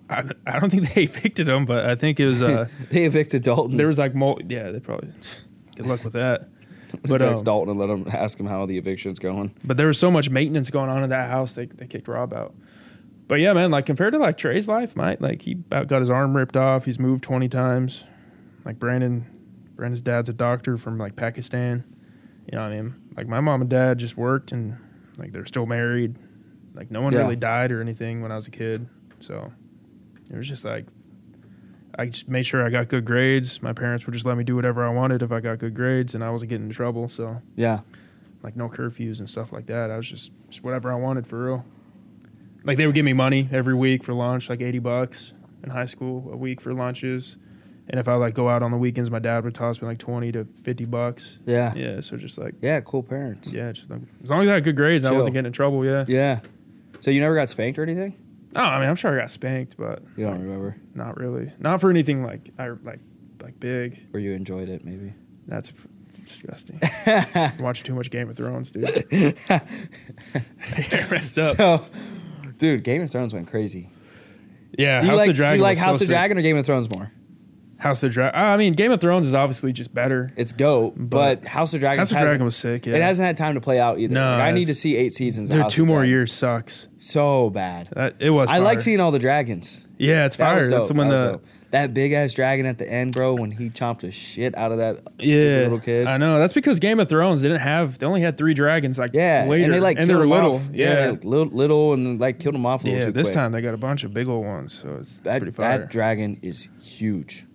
S2: I, I don't think they [laughs] evicted him, but I think it
S1: [laughs]
S2: was uh
S1: they evicted Dalton.
S2: there was like mul- yeah they probably [sighs] good luck with that.
S1: but
S2: But
S1: [laughs] text
S2: um,
S1: Dalton and let him ask him how the eviction's going.
S2: but there was so much maintenance going on in that house they they kicked Rob out. But yeah, man, like compared to like Trey's life, mate, like he about got his arm ripped off. He's moved twenty times. Like Brandon, Brandon's dad's a doctor from like Pakistan. You know what I mean? Like my mom and dad just worked and like they're still married. Like no one
S1: Yeah.
S2: really died or anything when I was a kid. So it was just like I just made sure I got good grades. My parents would just let me do whatever I wanted if I got good grades and I wasn't getting in trouble. So
S1: Yeah,
S2: like no curfews and stuff like that. I was just, just whatever I wanted for real. Like they would give me money every week for lunch, like eighty bucks in high school a week for lunches. And if I like go out on the weekends, my dad would toss me like twenty to fifty bucks.
S1: yeah, yeah.
S2: Yeah, so just like
S1: cool parents.
S2: yeah, just like, as long as I had good grades, I
S1: Chill.
S2: wasn't getting in trouble. Yeah.
S1: yeah. So you never got spanked or anything?
S2: No, I mean I'm sure I got spanked, but
S1: You don't remember,
S2: not really. Not for anything like I like like big.
S1: or you enjoyed it
S2: [laughs]
S1: maybe?
S2: That's
S1: [laughs]
S2: f- disgusting. Watching too much Game of Thrones, dude. [laughs] You're messed
S1: [laughs]
S2: up.
S1: So, dude, Game of Thrones went crazy.
S2: Yeah,
S1: Do you
S2: House
S1: like
S2: of the Dragon.
S1: Do you like
S2: was so
S1: House of
S2: sick.
S1: Dragon or Game of Thrones more?
S2: House of the Dragon. I mean, Game of Thrones is obviously just better.
S1: It's goat, but,
S2: But-
S1: House of Dragon.
S2: House of
S1: hasn't-
S2: Dragon was sick. Yeah,
S1: It hasn't had time to play out either.
S2: No,
S1: Like, I need to
S2: it's-
S1: see eight seasons. of
S2: Dude,
S1: House
S2: two
S1: of
S2: more
S1: Dragon.
S2: years sucks.
S1: So bad.
S2: That, it was.
S1: I like
S2: fire.
S1: seeing all the dragons.
S2: Yeah, it's
S1: That was
S2: fire.
S1: dope.
S2: That's when
S1: that was
S2: the
S1: dope. that big ass dragon at the end, bro, when he chomped the shit out of that
S2: yeah
S1: stupid little kid.
S2: I know. That's because Game of Thrones didn't have. They only had three dragons. Like
S1: yeah,
S2: later,
S1: and they like
S2: they
S1: killed
S2: were
S1: him
S2: little.
S1: off.
S2: Yeah,
S1: they, like, little, little, and like killed him off a
S2: yeah.
S1: little too
S2: this
S1: quick.
S2: time they got a bunch of big old ones, so it's, it's pretty
S1: That,
S2: fire.
S1: that dragon is huge.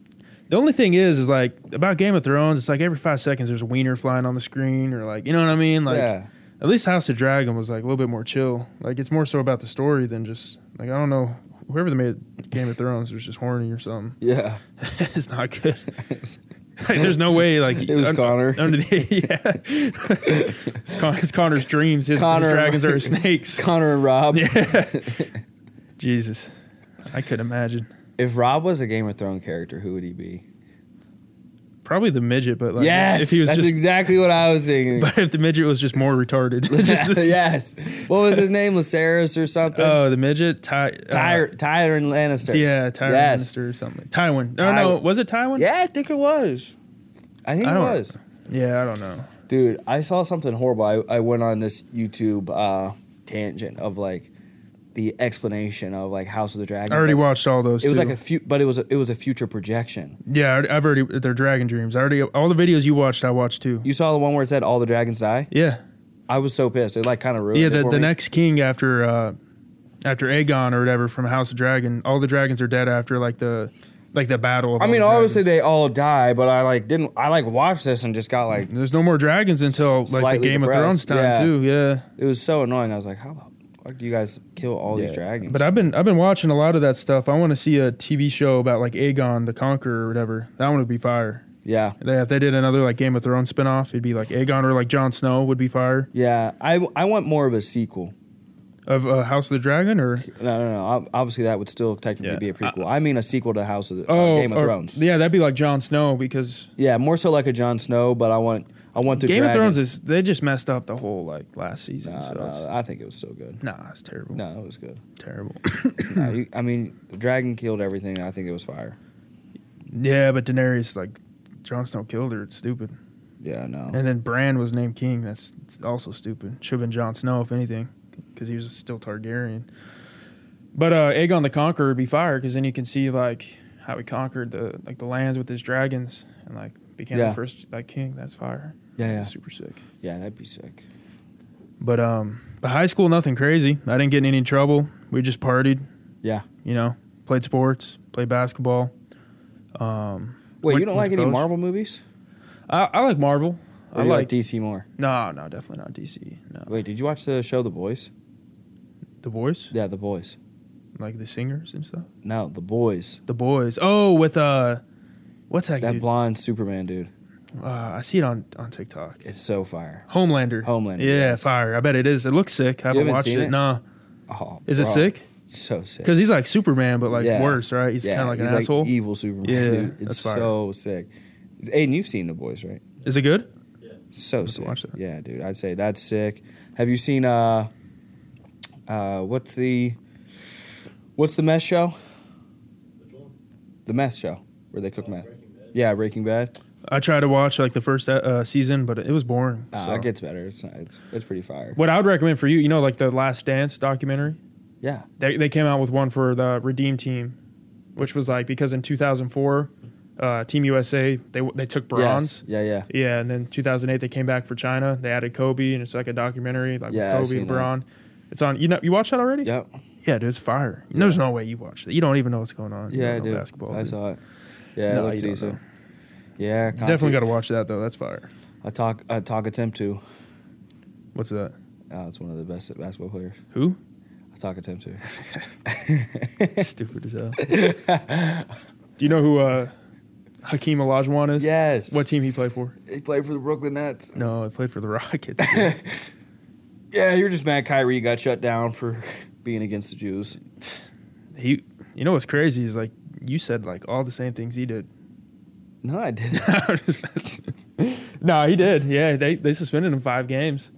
S2: the only thing is, is like about Game of Thrones, it's like every five seconds there's a wiener flying on the screen, or like you know what I mean. Like
S1: yeah,
S2: at least House of Dragon was like a little bit more chill. Like it's more so about the story than just like I don't know whoever that made Game of Thrones was just horny or something.
S1: Yeah.
S2: [laughs] it's not good. [laughs] Like, there's no way. Like
S1: It was
S2: un-
S1: Connor.
S2: [laughs] Under the, yeah,
S1: [laughs]
S2: it's, Con- it's Connor's dreams. His, his
S1: Connor-
S2: dragons
S1: [laughs]
S2: are his snakes.
S1: [laughs] Connor and Rob.
S2: yeah. Jesus, I could imagine.
S1: [laughs] If Rob was a Game of Thrones character, who would he be?
S2: Probably the midget, but like
S1: yes.
S2: if he was
S1: that's
S2: just,
S1: exactly what I was
S2: [laughs]
S1: thinking.
S2: but if the midget was just more retarded.
S1: [laughs]
S2: just,
S1: yes. What was his name? Lucerys or something?
S2: Oh, the midget, Ty, uh,
S1: Tyr- Tyrion Lannister.
S2: yeah, Tyrion
S1: Yes.
S2: Lannister or something. Tywin. Oh, No, no,
S1: Tywin.
S2: was it Tywin?
S1: Yeah, I think it was. I think
S2: I
S1: it
S2: don't-
S1: was.
S2: yeah, I don't know.
S1: Dude, I saw something horrible. I, I went on this YouTube uh, tangent of like the explanation of like House of the Dragon.
S2: I already
S1: But
S2: watched all those.
S1: It was
S2: too.
S1: like a few, but it was a, it was a future projection.
S2: yeah. I- I've already they're dragon dreams. I already all the videos you watched. I watched too.
S1: You saw the one where it said all the dragons die.
S2: Yeah,
S1: I was so pissed. It like kind of ruined.
S2: yeah.
S1: it
S2: The,
S1: for
S2: the
S1: me.
S2: next king after uh after Aegon or whatever from House of Dragon. All the dragons are dead after like the like the battle. Of
S1: I
S2: all
S1: mean,
S2: the
S1: obviously they
S2: dragons.
S1: all die, but I like didn't. I like watched this and just got like
S2: there's no more dragons until like
S1: Slightly
S2: the Game of Thrones
S1: depressed, yeah.
S2: time too.
S1: it
S2: Yeah.
S1: was so annoying. I was like, how the fuck do you guys kill all
S2: Yeah.
S1: these dragons?
S2: But I've been I've been watching a lot of that stuff. I want to see a TV show about like Aegon the Conqueror or whatever. That one would be fire.
S1: yeah,
S2: They- If they did another like Game of Thrones spinoff, it'd be like Aegon or like Jon Snow would be fire
S1: yeah. I I want more of a sequel.
S2: of uh, House of the Dragon or
S1: No, no, no. ob- Obviously, that would still technically
S2: Yeah.
S1: be a prequel. I mean, a sequel to House of the, uh,
S2: oh
S1: Game of
S2: or-
S1: Thrones.
S2: Yeah, that'd be like Jon Snow because
S1: yeah, more so like a Jon Snow, but I want I want the
S2: Game of
S1: dragon.
S2: Thrones is they just messed up the whole like last season.
S1: Nah,
S2: so
S1: nah,
S2: it's,
S1: I think it was still good.
S2: nah, it's terrible.
S1: No, it was good. [coughs]
S2: Terrible. [coughs] Hmm.
S1: Nah, you- I mean, the dragon killed everything. and I think it was fire.
S2: yeah, but Daenerys like Jon Snow killed her. It's stupid.
S1: Yeah, no.
S2: And then Bran was named king. That's it's also stupid. Should have been Jon Snow, if anything, because he was still Targaryen. But uh, Aegon the Conqueror would be fire, because then you can see like how he conquered the like the lands with his dragons and like became
S1: Yeah.
S2: the first like king. That's fire.
S1: Yeah, yeah.
S2: That's super sick.
S1: Yeah, that'd be sick.
S2: But um, but high school, nothing crazy. I didn't get in any trouble. We just partied.
S1: Yeah.
S2: You know, played sports, played basketball. Um,
S1: Wait,
S2: Went-
S1: you don't
S2: went
S1: like
S2: to
S1: any
S2: college?
S1: Marvel movies?
S2: I, I like Marvel.
S1: Or
S2: I
S1: you
S2: like,
S1: DC more.
S2: no, no, definitely not DC. No,
S1: Wait, did you watch the show The Boys?
S2: The Boys,
S1: Yeah, The Boys.
S2: like the singers and stuff.
S1: No, The Boys.
S2: The boys. Oh, with uh, what's that?
S1: That
S2: dude?
S1: blonde Superman dude.
S2: uh, I see it on on TikTok.
S1: It's so fire.
S2: Homelander.
S1: Homelander,
S2: Yeah,
S1: yes.
S2: fire. I bet it is. It looks sick. I haven't,
S1: haven't
S2: watched
S1: seen
S2: it.
S1: it?
S2: No.
S1: Oh,
S2: Is it
S1: bro,
S2: sick?
S1: So sick.
S2: Because he's like Superman, but like
S1: Yeah.
S2: worse, right? He's kind of like an
S1: he's E-
S2: asshole.
S1: evil Superman.
S2: Yeah,
S1: dude. it's
S2: that's fire.
S1: so sick. Aiden, you've seen The Boys, right?
S2: is it good?
S1: So
S2: Have to
S1: sick.
S2: watch that.
S1: Yeah, dude, I'd say that's sick. Have you seen uh, uh, what's the, what's the mess show? The mess show where they cook meth. Yeah, Oh, Breaking Bad.
S2: I tried to watch like the first uh, season, but it was boring.
S1: Nah,
S2: so.
S1: it gets better. It's not, it's it's pretty fire.
S2: What I would recommend for you, you know, like the Last Dance documentary.
S1: Yeah.
S2: They they came out with one for the Redeem Team, which was like because in 2004, uh, Team USA they they took bronze.
S1: Yes. Yeah, yeah.
S2: Yeah, and then 2008 they came back for China. They added Kobe, and it's like a documentary, like
S1: Yeah, I've
S2: with Kobe,
S1: seen that.
S2: LeBron. It's on. You know, you watched that already?
S1: Yep.
S2: yeah, dude, it's fire. There's no way you watched it. You don't even know what's going on. You
S1: Yeah,
S2: don't know
S1: dude.
S2: Basketball.
S1: I
S2: dude.
S1: saw it. Yeah,
S2: No,
S1: it
S2: you
S1: looked
S2: don't
S1: decent.
S2: know.
S1: Yeah, Conte-
S2: Definitely got to watch that though. That's fire.
S1: a talk a talk attempt to.
S2: What's that?
S1: Oh, it's one of the best basketball players. [laughs]
S2: Who?
S1: I talk attempt
S2: [laughs]
S1: to.
S2: Stupid as hell.
S1: [laughs]
S2: Do you know who uh, Hakeem Olajuwon is?
S1: yes.
S2: What team he played for?
S1: He played for the Brooklyn Nets.
S2: No, I played for the [laughs] Rockets. dude.
S1: [laughs] Yeah, you're just mad Kyrie got shut down for being against the Jews.
S2: he. You know what's crazy is like you said like all the same things he did. [laughs]
S1: No, I didn't.
S2: no, he did. Yeah, they they suspended him five games.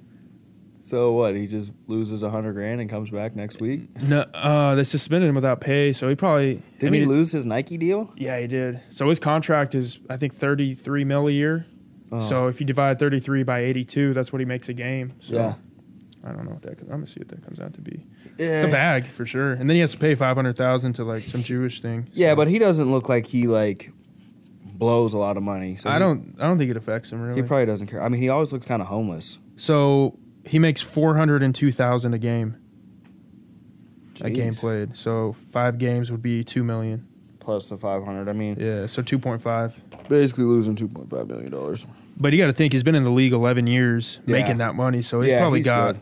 S1: so what? He just loses a hundred grand and comes back next week.
S2: No, uh, they suspended him without pay, so he probably
S1: Didn't
S2: I mean,
S1: he
S2: it's-
S1: lose his Nike deal?
S2: Yeah, he did. So his contract is I think thirty three mil a year.
S1: Oh,
S2: So if you divide thirty three by eighty two, that's what he makes a game. So
S1: yeah.
S2: I don't know what that. I'm gonna see what that comes out to be. It's
S1: Yeah.
S2: a bag for sure, and then he has to pay five hundred thousand to like some Jewish thing.
S1: yeah, but he doesn't look like he like blows a lot of money. So
S2: I
S1: he-
S2: don't. I don't think it affects him
S1: He
S2: really.
S1: probably doesn't care. I mean, he always looks kind of homeless.
S2: so he makes four hundred and two thousand a game. A game
S1: Jeez.
S2: played. So five games would be two million.
S1: plus the five hundred. I mean,
S2: Yeah. So two point five.
S1: basically losing two point five million dollars.
S2: But you got to think he's been in the league 11 years
S1: Yeah.
S2: making that money, so he's
S1: Yeah,
S2: probably
S1: he's
S2: got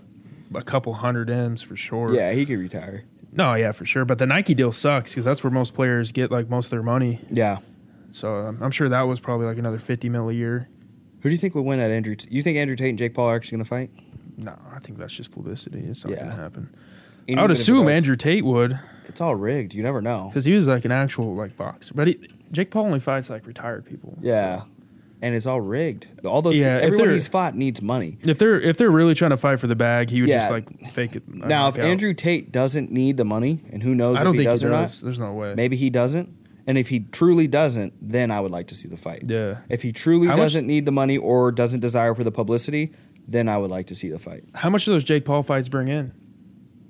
S2: a couple hundred M's for sure.
S1: Yeah, he could retire.
S2: No, yeah, for sure. But the Nike deal sucks because that's where most players get like most of their money.
S1: Yeah.
S2: So um, I'm sure that was probably like another 50 mil a year.
S1: Who do you think would win that Andrew? You think Andrew Tate and Jake Paul are actually going to fight?
S2: No, I think that's just publicity. It's not
S1: Yeah.
S2: gonna happen.
S1: And
S2: I
S1: even
S2: would
S1: if it
S2: assume
S1: does,
S2: Andrew Tate would
S1: It's all rigged. You never know.
S2: because he was like an actual like boxer. But he, Jake Paul only fights like retired people.
S1: Yeah. And it's all rigged. All those
S2: Yeah, if
S1: everyone
S2: they're-
S1: he's fought needs money.
S2: If they're if they're really trying to fight for the bag, he would
S1: Yeah.
S2: just like fake it. uh,
S1: Now, if
S2: knock out.
S1: Andrew Tate doesn't need the money, and who knows
S2: I don't
S1: if
S2: think
S1: he does
S2: he
S1: or
S2: does. There's no way.
S1: not, maybe he doesn't. And if he truly doesn't, then I would like to see the fight.
S2: Yeah.
S1: If he truly
S2: How much-
S1: doesn't need the money or doesn't desire for the publicity, then I would like to see the fight.
S2: How much do those Jake Paul fights bring in?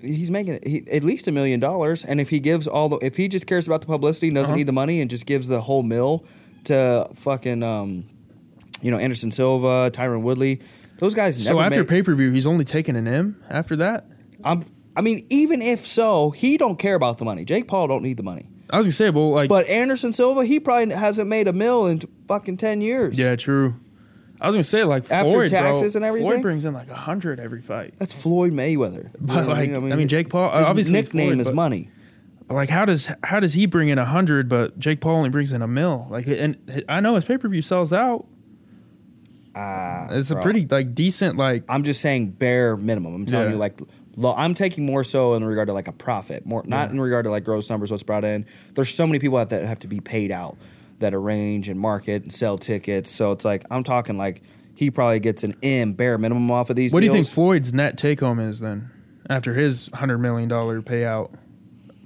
S1: He's making he, at least a million dollars, and if he gives all the, if he just cares about the publicity and doesn't
S2: Uh-huh.
S1: need the money, and just gives the whole mill to fucking, um, you know, Anderson Silva, Tyron Woodley, those guys. Never
S2: so after
S1: make-
S2: pay per view, he's only taking an M. After that,
S1: I'm, I mean, even if so, he don't care about the money. Jake Paul don't need the money.
S2: I was gonna say, well, like,
S1: But Anderson Silva, he probably hasn't made a mill in fucking ten years.
S2: yeah, true. I was gonna say, like,
S1: After
S2: Floyd, bro,
S1: taxes and everything?
S2: Floyd brings in like a hundred every fight.
S1: that's Floyd Mayweather. You know
S2: But
S1: what
S2: like, I mean, Jake Paul,
S1: his
S2: obviously, it's
S1: nickname
S2: Floyd,
S1: is
S2: but-
S1: money.
S2: But like, how does how does he bring in a hundred, but Jake Paul only brings in a mil? Like, and I know his pay per view sells out.
S1: Ah,
S2: It's a
S1: bro.
S2: pretty like decent like.
S1: I'm just saying bare minimum. I'm telling
S2: Yeah.
S1: you, like, lo- I'm taking more so in regard to like a profit, more not
S2: Yeah.
S1: in regard to like gross numbers, what's brought in. There's so many people out that have to be paid out that arrange and market and sell tickets. So it's like I'm talking like he probably gets an M bare minimum off of these.
S2: What do you think
S1: deals.
S2: Floyd's net take home is then after his hundred million dollar payout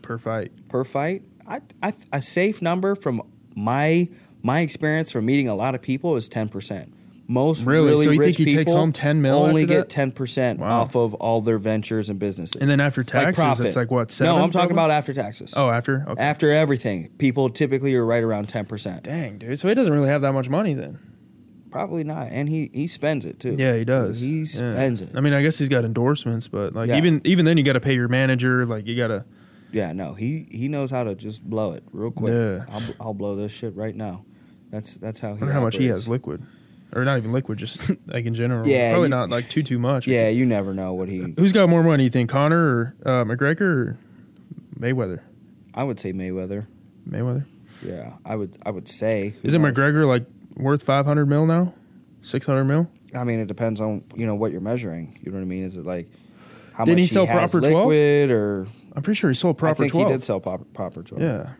S2: per fight?
S1: per fight. I, I a safe number from my my experience from meeting a lot of people is ten percent. Most
S2: Really?
S1: really,
S2: So you
S1: rich
S2: think he takes
S1: people
S2: home 10 mil
S1: only
S2: after
S1: get
S2: that?
S1: ten percent
S2: Wow.
S1: off of all their ventures and businesses.
S2: And then after
S1: Like
S2: taxes,
S1: profit.
S2: it's like what? Seven
S1: No, I'm talking
S2: probably?
S1: about after taxes.
S2: Oh, after. Okay.
S1: After everything, people typically are right around ten percent.
S2: Dang, dude. So he doesn't really have that much money then.
S1: Probably not, and he he spends it too.
S2: Yeah, he does.
S1: He
S2: Yeah.
S1: spends it.
S2: I mean, I guess he's got endorsements, but like
S1: Yeah.
S2: even even then, you got to pay your manager. Like you got to.
S1: Yeah, no, he he knows how to just blow it real quick.
S2: Yeah.
S1: I'll, I'll blow this shit right now. That's that's how he.
S2: I wonder how much he
S1: operates.
S2: has liquid, or not even liquid, just [laughs] like in general.
S1: Yeah,
S2: probably
S1: you-
S2: not like too too much.
S1: Yeah, you never know what he.
S2: Who's got more money? You think Connor or uh, McGregor or Mayweather?
S1: I would say Mayweather.
S2: Mayweather.
S1: Yeah, I would. I would say.
S2: Isn't McGregor like worth five hundred mil now? Six hundred mil?
S1: I mean, it depends on you know what you're measuring. You know what I mean? Is it like how
S2: Didn't
S1: much
S2: he sell
S1: has
S2: proper 12?
S1: liquid or
S2: I'm pretty sure he sold
S1: I
S2: proper
S1: think
S2: twelve.
S1: he did sell proper, proper twelve.
S2: Yeah.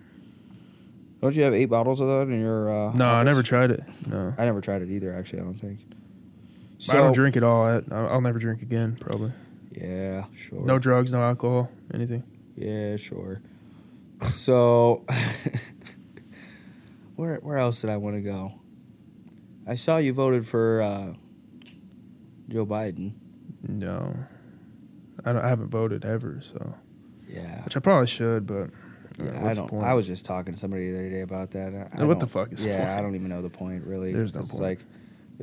S1: Don't you have eight bottles of that in your? Uh,
S2: No, I
S1: office?
S2: never tried it. No,
S1: I never tried it either. Actually, I don't think.
S2: I don't drink at all. I, I'll never drink again. Probably.
S1: Yeah, sure.
S2: No drugs, no alcohol, anything.
S1: Yeah, sure. So, [laughs] where where else did I want to go? I saw you voted for uh, Joe Biden.
S2: No, I, don't, I haven't voted ever, so
S1: Yeah.
S2: which I probably should, but uh,
S1: Yeah, I
S2: what's the
S1: don't.
S2: point?
S1: I was just talking to somebody the other day about that. I, I
S2: Yeah, what the
S1: don't-
S2: fuck is the
S1: Yeah, I
S2: point?
S1: don't even know the point really.
S2: There's no
S1: It's
S2: point.
S1: Like,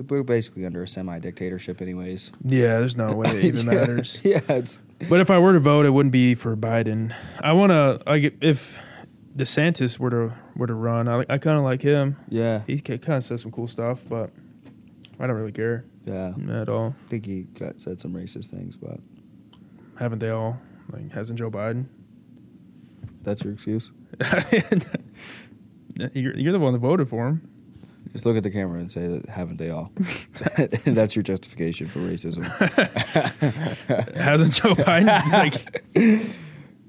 S1: we're basically under a semi-dictatorship, anyways.
S2: yeah, there's no
S1: [laughs]
S2: way it even
S1: Yeah,
S2: matters.
S1: Yeah, it's
S2: But if I were to vote, it wouldn't be for Biden. I want to like if DeSantis were to were to run, I I kind of like him.
S1: yeah,
S2: He kind of says some cool stuff, but I don't really care
S1: yeah.
S2: at all.
S1: I think he got, said some racist things, but
S2: Haven't they all? Like, hasn't Joe Biden?
S1: that's your excuse.
S2: [laughs] you're, you're the one that voted for him.
S1: Just look at the camera and say that haven't they all? [laughs] that's your justification for racism.
S2: [laughs] Hasn't
S1: [laughs]
S2: Joe Biden? Like,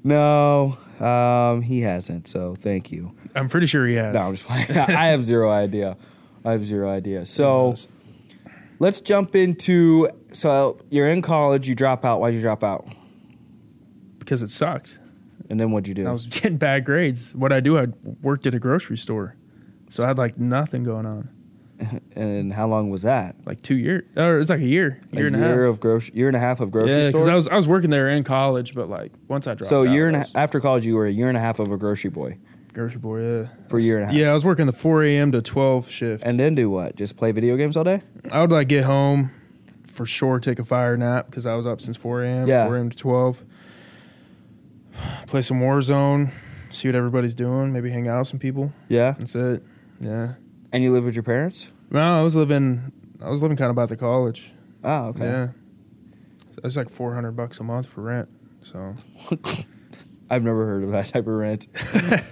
S1: no, um, he hasn't. So thank you.
S2: I'm pretty sure he has.
S1: No, I'm just playing. [laughs] I have zero idea. I have zero idea. So. Let's jump into so you're in college, you drop out. Why'd you drop out?
S2: because it sucked.
S1: And then what'd you do?
S2: I was getting bad grades. What I do, I worked at a grocery store, so I had like nothing going on.
S1: and how long was that?
S2: Like two years, or it's like a year, year
S1: a
S2: and
S1: year
S2: a half.
S1: of grocery, year and a half of grocery
S2: yeah,
S1: store.
S2: because I was I was working there in college, but like once I dropped,
S1: so a
S2: out,
S1: year and
S2: I
S1: a,
S2: was
S1: after college, you were a year and a half of a grocery boy,
S2: grocery boy, yeah,
S1: For a year and a half.
S2: Yeah, I was working the four a.m. to twelve shift.
S1: and then do what? Just play video games all day?
S2: I would like get home for sure, take a fire nap because I was up since 4 a.m.
S1: Yeah.
S2: 4 a.m. to 12. Play some Warzone, see what everybody's doing, maybe hang out with some people.
S1: Yeah.
S2: That's it. Yeah.
S1: And you live with your parents?
S2: No, I was living, I was living kind of by the college.
S1: Oh, okay.
S2: Yeah. It was like 400 bucks a month for rent. So
S1: I've never heard of that type of rent.
S2: [laughs]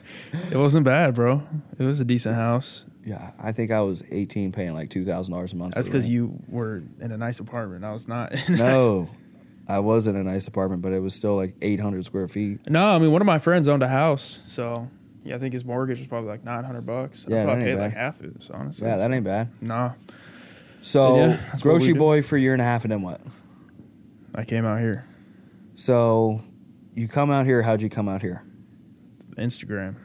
S2: It wasn't bad, bro. It was a decent house.
S1: yeah, I think I was 18 paying like $2,000 a month.
S2: That's
S1: for
S2: because
S1: rent.
S2: you were in a nice apartment. I was not. [laughs]
S1: No, I was in a nice apartment, but it was still like 800 square feet.
S2: no, I mean one of my friends owned a house, so yeah, I think his mortgage was probably like nine hundred bucks.
S1: Yeah,
S2: I
S1: that
S2: probably
S1: ain't
S2: paid like
S1: bad.
S2: half of this, honestly.
S1: Yeah, that ain't bad.
S2: Nah,
S1: So,
S2: Yeah, that's what we
S1: grocery
S2: do.
S1: boy for a year and a half, and then what?
S2: I came out here.
S1: So, you come out here. How'd you come out here?
S2: Instagram.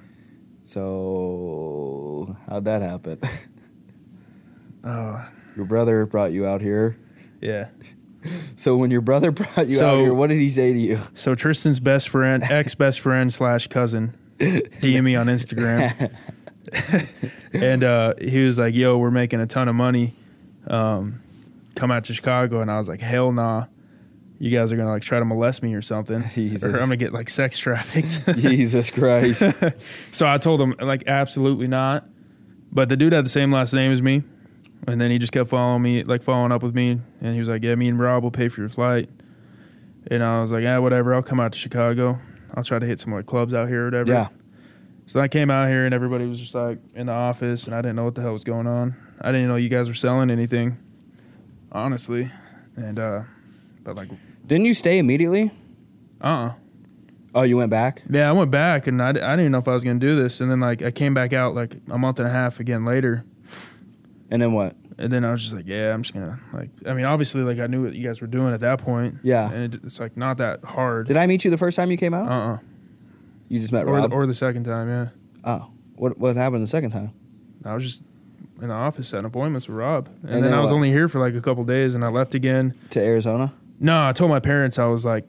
S1: So, how'd that happen? [laughs]
S2: Oh,
S1: your brother brought you out here.
S2: yeah.
S1: So, when your brother [laughs] brought you out
S2: So-
S1: here, what did he say to you?
S2: So Tristan's
S1: [laughs]
S2: best friend, ex best friend slash cousin, DM me
S1: [laughs]
S2: on Instagram, and uh, he was like, "Yo, we're making a ton of money. Um, come out to Chicago." And I was like, "Hell nah, you guys are gonna like try to molest me or something,
S1: Jesus.
S2: or I'm gonna get like sex trafficked."
S1: [laughs]
S2: [laughs]
S1: Jesus Christ.
S2: so I told him like, "Absolutely not." But the dude had the same last name as me, and then he just kept following me, like following up with me, and he was like, "Yeah, me and Rob will pay for your flight." And I was like, "Yeah, whatever. I'll come out to Chicago. I'll try to hit some like clubs out here, or whatever."
S1: Yeah.
S2: So I came out here and everybody was just like in the office, and I didn't know what the hell was going on. I didn't know you guys were selling anything, honestly. And uh, but like,
S1: Didn't you stay immediately?
S2: uh, uh
S1: Oh, you went back?
S2: yeah, I went back and I, d- I didn't even know if I was gonna do this. And then like I came back out like a month and a half again later,
S1: And then what?
S2: and then I was just like, yeah, I'm just gonna like. I mean, obviously, like I knew what you guys were doing at that point.
S1: Yeah.
S2: and it, it's like not that hard.
S1: Did I meet you the first time you came
S2: Uh
S1: out?
S2: uh
S1: you just met
S2: Or
S1: Rob?
S2: the, or the second time, yeah.
S1: oh. What, what happened the second time?
S2: I was just in the office setting appointments with Rob, and,
S1: And
S2: then
S1: then
S2: I was
S1: what?
S2: only here for like a couple days, and I left again.
S1: To Arizona?
S2: No, I told my parents I was like,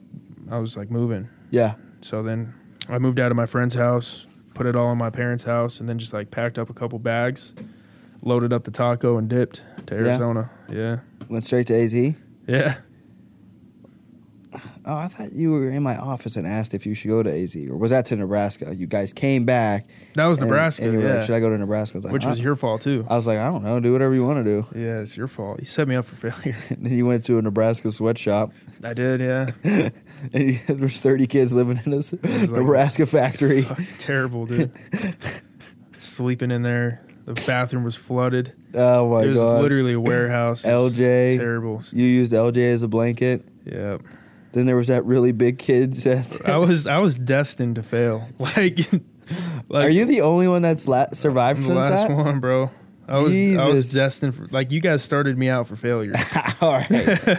S2: I was like moving.
S1: Yeah.
S2: So then I moved out of my friend's house, put it all in my parents' house, and then just like packed up a couple bags, loaded up the taco and dipped to
S1: Yeah.
S2: Arizona. Yeah,
S1: Went straight to AZ?
S2: yeah.
S1: Oh, I thought you were in my office and asked if you should go to AZ, or was that to Nebraska? You guys came back.
S2: That was
S1: and-
S2: Nebraska.
S1: and you were
S2: yeah,
S1: like, should I go to Nebraska? I was like,
S2: which
S1: I,
S2: was your fault too.
S1: I was like, I don't know. Do whatever you want to do. [laughs]
S2: yeah, it's your fault. You set me up for failure. [laughs]
S1: And then you went to a Nebraska sweatshop, [laughs]
S2: I did. Yeah,
S1: and you, there was thirty kids living in this
S2: was like-
S1: Nebraska factory.
S2: [laughs] Fucking
S1: [laughs]
S2: terrible, dude. Sleeping in there. The bathroom was flooded.
S1: Oh my
S2: it was
S1: god!
S2: literally
S1: [clears throat]
S2: a warehouse. It was
S1: LJ,
S2: terrible.
S1: you used LJ as a blanket.
S2: yeah.
S1: Then there was that really big kid. Seth.
S2: I was I was destined to fail. [laughs] Like, like
S1: [laughs] Are you the only one that's la- survived
S2: I'm the
S1: from
S2: last
S1: that?
S2: one, bro? I was I
S1: Jesus.
S2: was destined for like you guys started me out
S1: [laughs]
S2: for failure. [laughs]
S1: All right.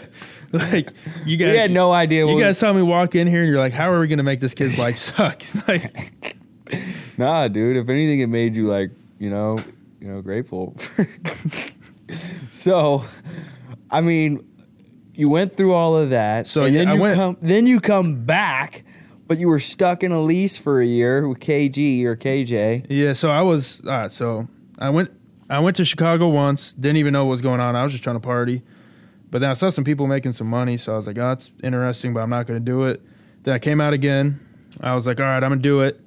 S2: like you
S1: You
S2: guys,
S1: had no idea.
S2: you
S1: what
S2: guys saw me walk in here and you're like, how are we gonna make this kid's life suck? [laughs] like
S1: Nah, dude. If anything, it made you like you know, you know, grateful. [laughs] so, I mean, you went through all of that.
S2: So,
S1: and
S2: yeah,
S1: then
S2: I
S1: you
S2: went-
S1: come, then you come back, but you were stuck in a lease for a year with KG or KJ.
S2: yeah, so I was all right, so I went I went to Chicago once, didn't even know what was going on. I was just trying to party. But then I saw some people making some money, so I was like, oh, that's interesting, but I'm not gonna do it. Then I came out again. I was like, all right, I'm gonna do it.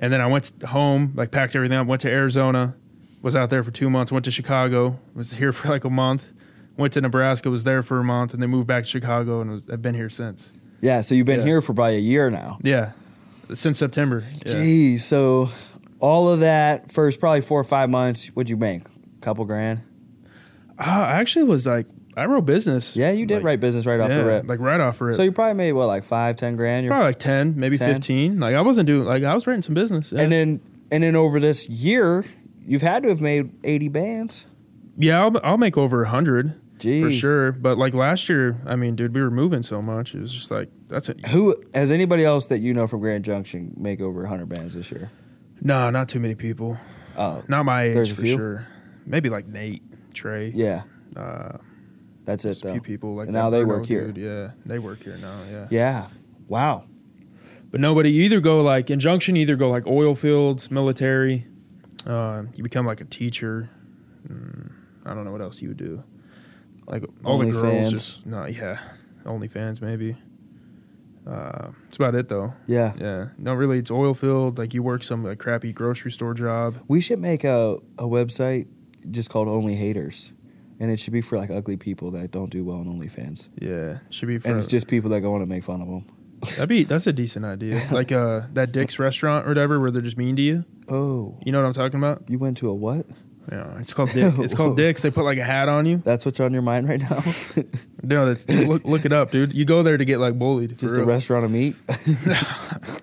S2: And then I went home, like packed everything up, went to Arizona, was out there for two months, went to Chicago, was here [laughs] for like a month, went to Nebraska, was there for a month, and then moved back to Chicago and was, I've been here since.
S1: Yeah. So you've been
S2: Yeah.
S1: here for probably a year now.
S2: Yeah. Since September. Yeah.
S1: Geez. So all of that first probably four or five months. What'd you make? Couple grand.
S2: Ah, I actually was like I wrote business.
S1: Yeah, you did
S2: Like,
S1: write business right off
S2: yeah,
S1: the rip.
S2: Like right off rip.
S1: so you probably made what like five, ten grand. You're
S2: probably like ten, maybe
S1: 10.
S2: fifteen. Like I wasn't doing like I was writing some business. Yeah,
S1: And then and then over this year, you've had to have made 80 bands.
S2: yeah I'll I'll make over a hundred
S1: Jeez.
S2: for sure. But like last year, I mean, dude, we were moving so much. It was just like that's it.
S1: Who has anybody else that you know from Grand Junction make over 100 bands this year?
S2: No, not too many people.
S1: Oh,
S2: Not my age
S1: There's a
S2: for
S1: few?
S2: sure. Maybe like Nate, Trey.
S1: yeah.
S2: Uh,
S1: That's
S2: just
S1: it
S2: a
S1: though.
S2: few people like
S1: And now they
S2: Bruno
S1: work here.
S2: dude, Yeah, they work here now. Yeah.
S1: Yeah. Wow.
S2: But nobody you either go like injunction, either go like oil fields, military. Uh, you become like a teacher. Mm, I don't know what else you would do. Like all the girls,
S1: OnlyFans.
S2: just no, yeah, OnlyFans maybe. Uh, that's about it though.
S1: Yeah.
S2: Yeah, no, really, it's oil field. Like you work some like crappy grocery store job.
S1: We should make a a website just called Only Haters. And it should be for like ugly people that don't do well on OnlyFans.
S2: Yeah, should be. For,
S1: And it's just people that go on and make fun of them.
S2: That'd be that's a decent [laughs] idea. Like uh that Dick's restaurant or whatever where they're just mean to you.
S1: [laughs] Oh,
S2: You know what I'm talking about?
S1: you went to a what?
S2: Yeah, it's called Dick. [laughs] It's called Dick's. They put like a hat on you.
S1: That's what's on your mind right now? [laughs]
S2: No, that's look look it up, dude. You go there to get like bullied. for
S1: Just a
S2: real.
S1: restaurant of [laughs] meat?
S2: [laughs]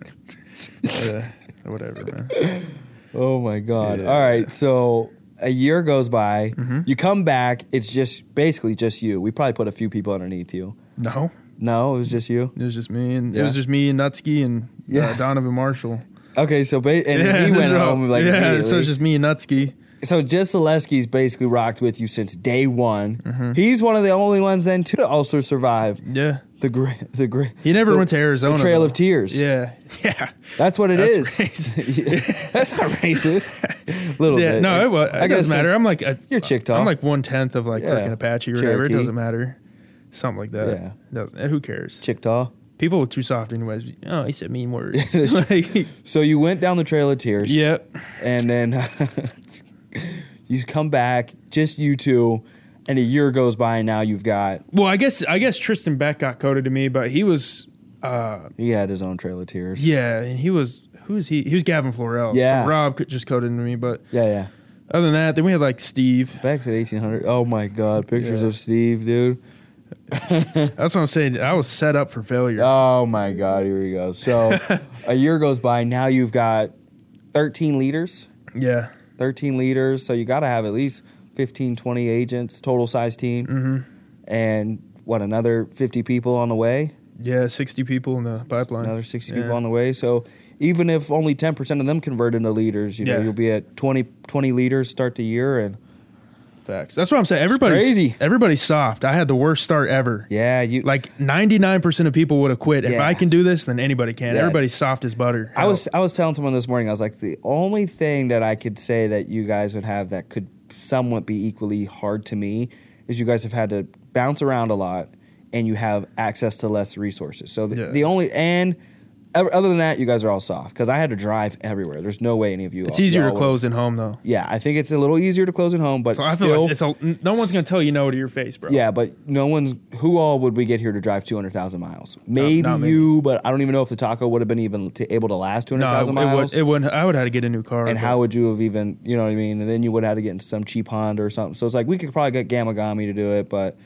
S2: Yeah, whatever, man.
S1: Oh my god!
S2: Yeah. Mm-hmm.
S1: All right, so a year goes by. You come back. It's just basically just you. We probably put a few people underneath you.
S2: No,
S1: No, it was just you.
S2: it was just me and it was
S1: Yeah.
S2: just me and Nutsky and
S1: Yeah.
S2: uh, Donovan Marshall.
S1: Okay, so ba- and
S2: yeah,
S1: he
S2: that's
S1: went
S2: right.
S1: home like
S2: yeah. So
S1: immediately.
S2: it's just me and Nutsky.
S1: So just Zaleski's basically rocked with you since day one.
S2: Mm-hmm.
S1: He's one of the only ones then too to also survive
S2: Yeah,
S1: the gra- the gra-
S2: he never
S1: the-
S2: went to Arizona.
S1: The Trail
S2: though.
S1: of Tears.
S2: Yeah, yeah.
S1: that's what it
S2: That's
S1: is. [laughs]
S2: racist.
S1: that's not
S2: [laughs]
S1: racist. Little
S2: yeah,
S1: bit.
S2: no, it, was, it
S1: got a
S2: doesn't matter.
S1: sense-
S2: I'm like a,
S1: You're Chickaw.
S2: I'm like one tenth of like
S1: Yeah.
S2: freaking Apache or whatever. It
S1: Cherokee.
S2: doesn't matter. Something like that.
S1: Yeah.
S2: Doesn't, eh, who cares?
S1: Chickaw.
S2: People are too soft, anyways. Oh, he said mean
S1: [laughs]
S2: words.
S1: That's
S2: [laughs] like,
S1: So you went down the Trail of Tears.
S2: yeah.
S1: and then [laughs] you come back, just you two, and a year goes by, and now you've got
S2: Well, I guess I guess Tristan Beck got coded to me, but he was, uh,
S1: he had his own trail of tears.
S2: yeah, and he was who is he? He was Gavin Florell. So
S1: Yeah.
S2: Rob could- just coded to me, but
S1: yeah, yeah.
S2: other than that, then we had like Steve.
S1: Back to the eighteen hundred. Oh my God, pictures
S2: Yeah.
S1: of Steve, dude.
S2: That's what I'm saying. I was set up for failure.
S1: Oh my God, here we go.
S2: [laughs]
S1: So a year goes by, now you've got thirteen leaders,
S2: yeah.
S1: thirteen leaders. So you got to have at least 15, 20 agents, total size team,
S2: hmm
S1: and what another fifty people on the way.
S2: Yeah, 60 people in the pipeline.
S1: another 60
S2: Yeah.
S1: people on the way. So even if only 10% of them convert into leaders, you know,
S2: Yeah.
S1: you'll be at 20, 20 leaders start the year. And
S2: Facts. That's what I'm saying. Everybody's
S1: crazy.
S2: Everybody's soft. I had the worst start ever.
S1: yeah, you like,
S2: Like 99% of people would have quit. If
S1: Yeah.
S2: I can do this, then anybody can.
S1: Yeah.
S2: Everybody's soft as butter.
S1: I was, I was telling someone this morning, I was like, the only thing that I could say that you guys would have that could somewhat be equally hard to me is you guys have had to bounce around a lot and you have access to less resources. So the,
S2: Yeah.
S1: the only, and o- other than that, you guys are all soft because I had to drive everywhere. There's no way any of you.
S2: It's
S1: all-
S2: easier
S1: y'all
S2: to
S1: would-
S2: close than home though.
S1: Yeah, I think it's a little easier to close at home, but
S2: So
S1: still,
S2: I feel like it's a, no one's gonna tell you no to your face, bro.
S1: Yeah, but no one's. Who all would we get here to drive two hundred thousand miles? Maybe
S2: not me.
S1: you, but I don't even know if the taco would have been even t- able to last two hundred
S2: No, it,
S1: thousand miles.
S2: would. It would. I would have to get a new car.
S1: and
S2: but-
S1: how would you have even? You know what I mean? And then you would have had to get into some cheap Honda or something. So it's like we could probably get Gamagami to do it, but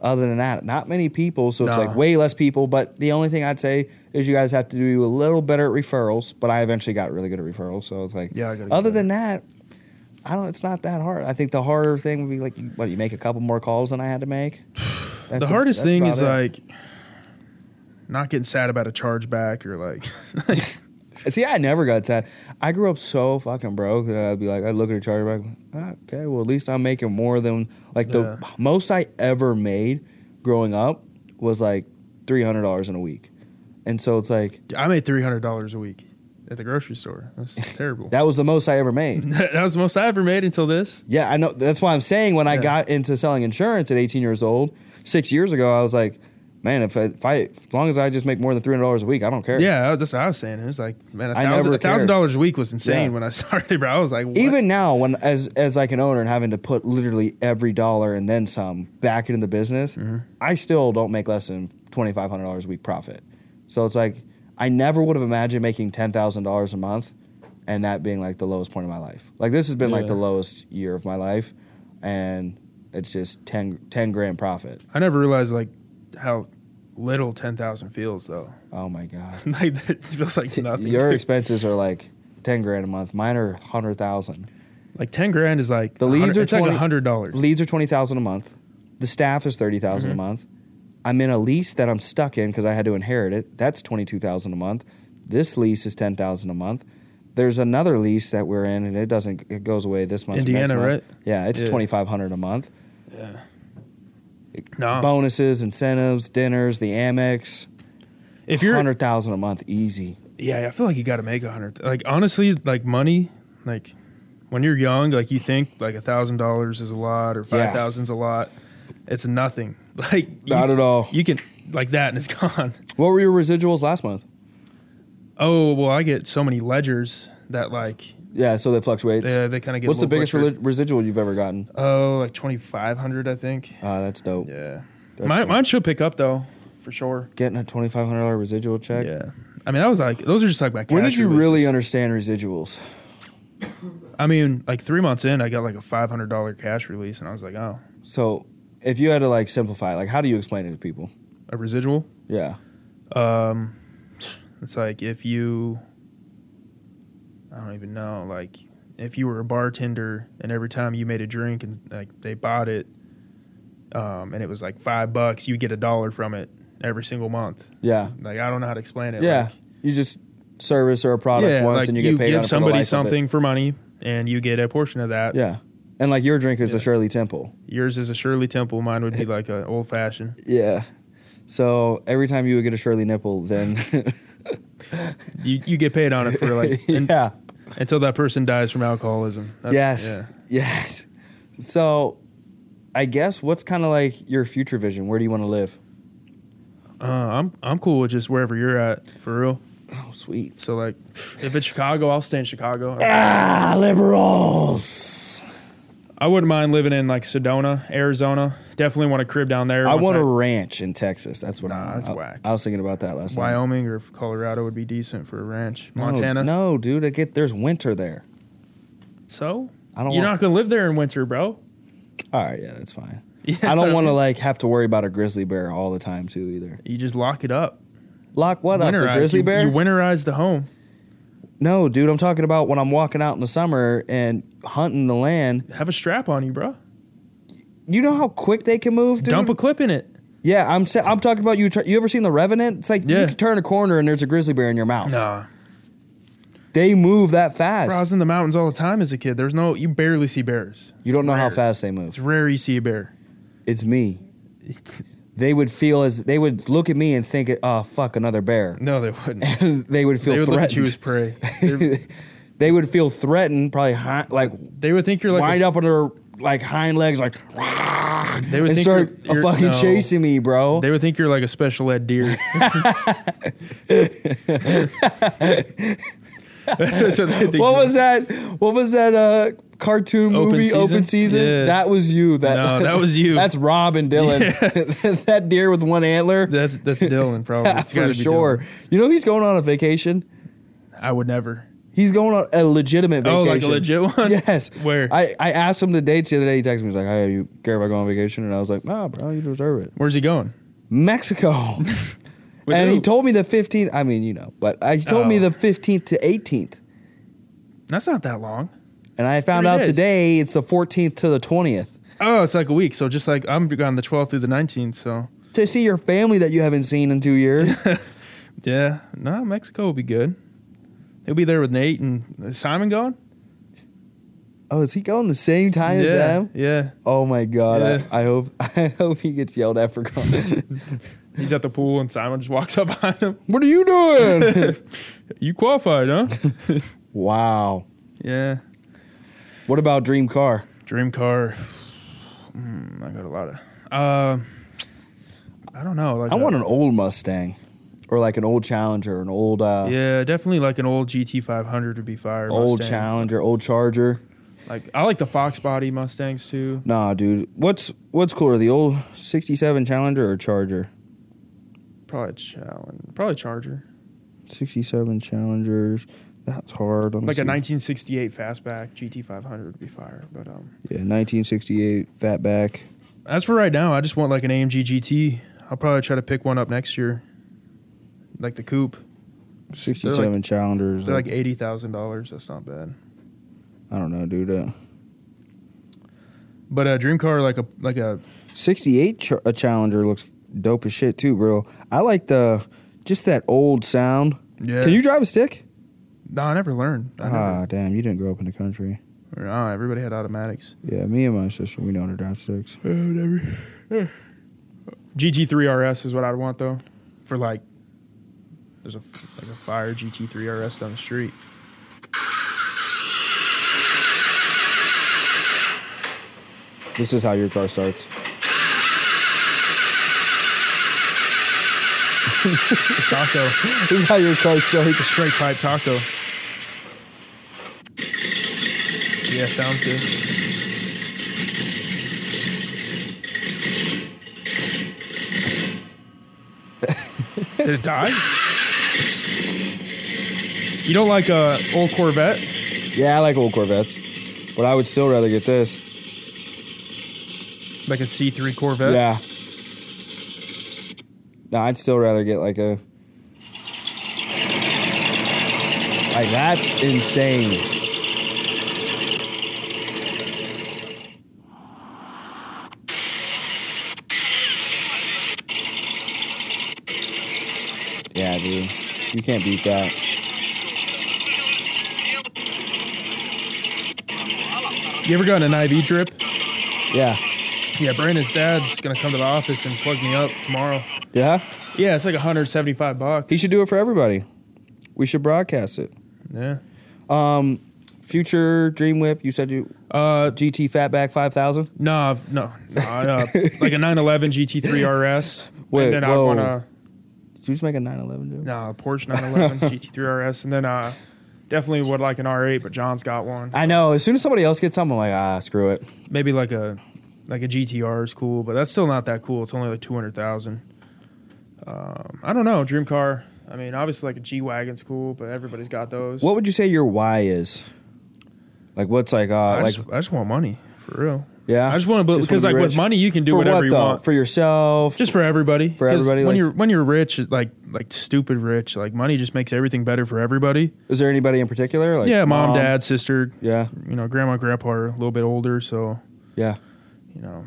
S1: other than that, not many people. So it's
S2: No.
S1: like way less people. But the only thing I'd say is you guys have to do a little better at referrals. But I eventually got really good at referrals. So it's like,
S2: Yeah, I gotta get
S1: other than that. I don't. It's not that hard. I think the harder thing would be like, you- what you make a couple more calls than I had to
S2: [sighs]
S1: make.
S2: the
S1: That's a-
S2: hardest
S1: that's
S2: thing
S1: about
S2: is
S1: it.
S2: like not getting sad about a chargeback or like, [laughs]
S1: See, I never got sad. I grew up so fucking broke that I'd be like, I'd look at a charger back, like, okay, well, at least I'm making more than like the
S2: Yeah.
S1: most I ever made growing up was like three hundred dollars in a week, and so it's like
S2: I made three hundred dollars a week at the grocery store.
S1: [laughs]
S2: That's terrible.
S1: that was the most I ever made.
S2: [laughs] that was the most I ever made until this.
S1: yeah, I know. That's why I'm saying when I
S2: Yeah.
S1: got into selling insurance at 18 years old, six years ago, I was like, man, if I, if I as long as I just make more than three hundred dollars a week, I don't care.
S2: Yeah, that's what I was saying. It was like, man, a
S1: I never
S2: thousand, a thousand
S1: cared.
S2: dollars a week was insane
S1: Yeah.
S2: when I [laughs] started, bro. I was like, what?
S1: Even now, when as as like an owner and having to put literally every dollar and then some back into the business,
S2: Mm-hmm.
S1: I still don't make less than twenty five hundred dollars a week profit. So it's like I never would have imagined making ten thousand dollars a month, and that being like the lowest point of my life. Like this has been like
S2: Yeah.
S1: the lowest year of my life, and it's just 10, 10 grand profit.
S2: I never realized like how little ten thousand feels though. [laughs]
S1: Oh my god,
S2: like that feels like nothing.
S1: your
S2: dude.
S1: expenses are like ten grand a month. Mine are hundred thousand.
S2: like ten grand is like
S1: The
S2: a
S1: leads
S2: hundred-
S1: are
S2: it's like
S1: 20
S2: a hundred dollars.
S1: Leads are twenty thousand a month. The staff is thirty a
S2: Mm-hmm.
S1: month. I'm in a lease that I'm stuck in because I had to inherit it. That's twenty two thousand a month. This lease is ten thousand a month. There's another lease that we're in, and it doesn't. It goes away this month. or next
S2: Indiana,
S1: month.
S2: right?
S1: Yeah, it's
S2: Yeah.
S1: twenty five hundred a month.
S2: Yeah. No.
S1: Bonuses, incentives, dinners, the Amex.
S2: If you're
S1: hundred thousand a month, easy.
S2: Yeah, I feel like you got to make a hundred. Like honestly, like money, like when you're young, like you think like a thousand dollars is a lot or
S1: Yeah.
S2: five thousand's a lot. It's nothing. [laughs] Like you-
S1: Not at all.
S2: You can like that and it's [laughs] gone.
S1: What were your residuals last month?
S2: Oh well, I get so many ledgers that like
S1: Yeah, so that fluctuates.
S2: they, uh, they kind of get.
S1: What's the
S2: a little
S1: biggest
S2: butchered.
S1: reli- residual you've ever gotten?
S2: oh, like twenty five hundred, I think.
S1: Uh, that's dope.
S2: Yeah,
S1: That's
S2: mine,
S1: cool.
S2: mine should pick up though. for sure.
S1: Getting a twenty five hundred dollar residual check.
S2: Yeah. I mean, that was like those are just like my. Cash
S1: When did you
S2: releases.
S1: really understand residuals?
S2: I mean, like three months in, I got like a five hundred dollar cash release, and I was like, oh,
S1: So, if you had to like simplify, like how do you explain it to people?
S2: a residual.
S1: Yeah.
S2: Um, it's like if you, I don't even know, like if you were a bartender and every time you made a drink and like they bought it, um, and it was like five bucks, you get a dollar from it every single month.
S1: Yeah.
S2: Like I don't know how to explain it.
S1: Yeah.
S2: like,
S1: You just service or a product
S2: yeah,
S1: once
S2: like
S1: and you get paid
S2: give
S1: out for
S2: somebody
S1: the life of it.
S2: something for money, and you get a portion of that.
S1: Yeah. And like your drink is a
S2: Yeah.
S1: Shirley Temple.
S2: Yours is a Shirley Temple. Mine would be like an old fashioned.
S1: Yeah. So every time you would get a Shirley nipple, then
S2: You you get paid on it [laughs] for like
S1: [laughs]
S2: un-
S1: yeah,
S2: until that person dies from alcoholism. That's-
S1: yes,
S2: yeah.
S1: yes. So I guess what's kind of like your future vision? Where do you want to live?
S2: Uh, I'm I'm cool with just wherever you're at for real.
S1: Oh, sweet.
S2: So like, if it's Chicago, I'll stay in Chicago.
S1: Ah, liberals.
S2: I wouldn't mind living in like Sedona, Arizona. Definitely want a crib down there.
S1: I
S2: Once
S1: want a ranch in Texas. That's what.
S2: Nah,
S1: I,
S2: that's
S1: I,
S2: whack.
S1: I was thinking about that last night.
S2: Wyoming or Colorado would be decent for a ranch.
S1: No,
S2: Montana.
S1: No, dude. I get there's winter there.
S2: So
S1: I don't.
S2: you're
S1: want,
S2: not gonna live there in winter, bro.
S1: All right. Yeah, that's fine. I don't want to like have to worry about a grizzly bear all the time too either.
S2: [laughs] You just lock it up.
S1: Lock what up? The
S2: Winterize.
S1: grizzly
S2: uh, You-
S1: bear?
S2: You winterize the home.
S1: No, dude, I'm talking about when I'm walking out in the summer and hunting the land.
S2: Have a strap on you, bro.
S1: You know how quick they can move, dude.
S2: Dump a clip in it.
S1: yeah, I'm. sa- I'm talking about you. tr- You ever seen the Revenant? It's like you
S2: Yeah.
S1: can turn a corner and there's a grizzly bear in your mouth.
S2: Nah.
S1: They move that fast.
S2: Bro, I was in the mountains all the time as a kid. There's no, you barely see bears.
S1: you don't know how
S2: rare.
S1: fast they move.
S2: It's rare you see a bear.
S1: It's me. They would feel as they would look at me and think, "Oh fuck, another bear." [laughs]
S2: No, they wouldn't.
S1: they would feel
S2: they would look at you as
S1: threatened.
S2: prey.
S1: [laughs]
S2: They're-
S1: they would feel threatened, probably hi- like
S2: they would think you're like.
S1: wind
S2: a-
S1: up on their like hind legs, like
S2: They would
S1: and
S2: think
S1: start
S2: you're, you're-
S1: fucking
S2: no.
S1: chasing me, bro.
S2: They would think you're like a special
S1: [laughs]
S2: ed deer. so they
S1: what
S2: think you're-
S1: was that? What was that? Uh, cartoon
S2: Open
S1: movie
S2: Season?
S1: open season.
S2: Yeah.
S1: That was you. That
S2: No,
S1: [laughs]
S2: that was you.
S1: That's Rob and Dylan. [laughs] that deer with one antler.
S2: That's that's
S1: [laughs]
S2: Dylan probably. It's gotta
S1: for
S2: be
S1: sure.
S2: Dylan.
S1: You know he's going on a vacation.
S2: I would never.
S1: He's going on a legitimate vacation.
S2: Oh, like a legit
S1: [laughs]
S2: one.
S1: Yes.
S2: Where?
S1: I, I asked him the dates the other day. He texted me. He's like, "Hey, you care if I go on vacation?" And I was like, "Nah, bro, you deserve it."
S2: Where's he going? [laughs]
S1: Mexico.
S2: With
S1: and he
S2: who?
S1: told me the 15th. I mean, you know, but I, he told me
S2: Oh.
S1: the 15th to 18th.
S2: That's not that long.
S1: And I found
S2: three
S1: out
S2: days.
S1: today it's the 14th to the 20th
S2: Oh, it's like a week. So just like I'm gone the 12th through the 19th. So
S1: to see your family that you haven't seen in two
S2: [laughs]
S1: years.
S2: yeah, no, Mexico will be good. He'll be there with Nate and is Simon going.
S1: oh, is he going the same time as
S2: yeah,
S1: them?
S2: yeah.
S1: Oh my god!
S2: Yeah.
S1: I, I hope [laughs] I hope he gets yelled at for
S2: [laughs]
S1: going.
S2: He's at the pool and Simon just walks up [laughs] behind him.
S1: what are you doing?
S2: you qualified, huh?
S1: [laughs] wow.
S2: yeah.
S1: What about dream car?
S2: Dream car. Mm, I got a lot of. Um, I don't know. Like
S1: I
S2: a-
S1: want an old Mustang, or like an old Challenger, an old uh,
S2: Yeah, definitely like an old GT 500 would be fire.
S1: old
S2: Mustang.
S1: Challenger, old Charger.
S2: Like I like the Fox body Mustangs too.
S1: Nah, dude. What's what's cooler, the old '67 Challenger or Charger?
S2: Probably Challenge. Probably Charger.
S1: '67 Challengers. That's hard. Let me
S2: Like
S1: see.
S2: a 1968 fastback GT 500 would be fire. But um,
S1: yeah, 1968 Fatback.
S2: as for right now, I just want like an AMG GT. I'll probably try to pick one up next year. Like the coupe.
S1: 67 Challengers.
S2: They're like eighty thousand dollars. That's not bad.
S1: I don't know, dude. Uh,
S2: But a dream car, like a like a
S1: 68 ch- a Challenger looks dope as shit too, bro. I like the just that old sound.
S2: yeah.
S1: Can you drive a stick?
S2: No, I never learned. I never,
S1: Ah, damn, you didn't grow up in the country.
S2: Or, ah, everybody had automatics.
S1: Yeah, me and my sister, we know how to drive sticks.
S2: GT3 RS is what I'd want though, for like. There's a like a fire GT3 RS down the street.
S1: This is how your car starts.
S2: Taco,
S1: This is how your car starts.
S2: it's a straight pipe taco. Yeah, sounds good. Did it die? You don't like a old Corvette?
S1: Yeah, I like old Corvettes, but I would still rather get this.
S2: Like a C3 Corvette?
S1: Yeah. No, I'd still rather get like a. Like that's insane. Yeah, dude, you can't beat that.
S2: You ever gotten an IV drip?
S1: Yeah,
S2: Yeah, Brandon's dad's gonna come to the office and plug me up tomorrow.
S1: yeah.
S2: Yeah, it's like 175 bucks.
S1: He should do it for everybody. We should broadcast it.
S2: Yeah.
S1: Um, future Dream Whip. You said you
S2: Uh,
S1: GT Fatback five thousand.
S2: no, I've- no, no, uh, like a 911 GT3 RS.
S1: Wait,
S2: and then I
S1: whoa.
S2: want a
S1: Did you just make a nine eleven dude?
S2: no a Porsche 911
S1: [laughs]
S2: GT3 RS, and then uh, definitely would like an R8, but John's got one.
S1: I know. As soon as somebody else gets something, I'm like, ah, screw it.
S2: Maybe like a like a GTR is cool, but that's still not that cool. It's only like 200,000. Um, I don't know, dream car. I mean, obviously like a G wagon's cool, but everybody's got those.
S1: What would you say your why is? Like, what's like, uh,
S2: I,
S1: like,
S2: just, I just want money for real.
S1: yeah.
S2: I just want to,
S1: Just
S2: because
S1: wanna
S2: like
S1: be
S2: with
S1: rich?
S2: money, you can do
S1: for
S2: whatever
S1: what
S2: you
S1: though?
S2: want.
S1: For yourself.
S2: just for everybody.
S1: For
S2: 'Cause
S1: everybody,
S2: When
S1: like-
S2: you're when you're rich, it's like like stupid rich, like money just makes everything better for everybody.
S1: is there anybody in particular? Like,
S2: yeah, mom, dad, sister,
S1: Yeah,
S2: you know, grandma, grandpa are a little bit older, so
S1: yeah,
S2: you know,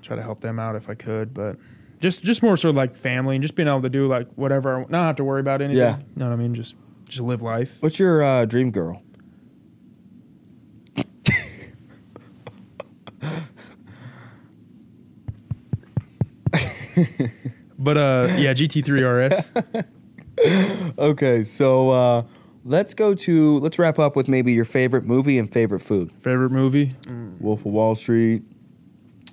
S2: try to help them out if I could, but just just more sort of like family and just being able to do like whatever, I want, not have to worry about anything.
S1: Yeah.
S2: You know what I mean? Just just live life.
S1: What's your uh, dream girl?
S2: But uh, [laughs] yeah, GT3 RS.
S1: Okay, so uh, let's go to let's wrap up with maybe your favorite movie and favorite food.
S2: Favorite movie?
S1: Wolf of Wall Street,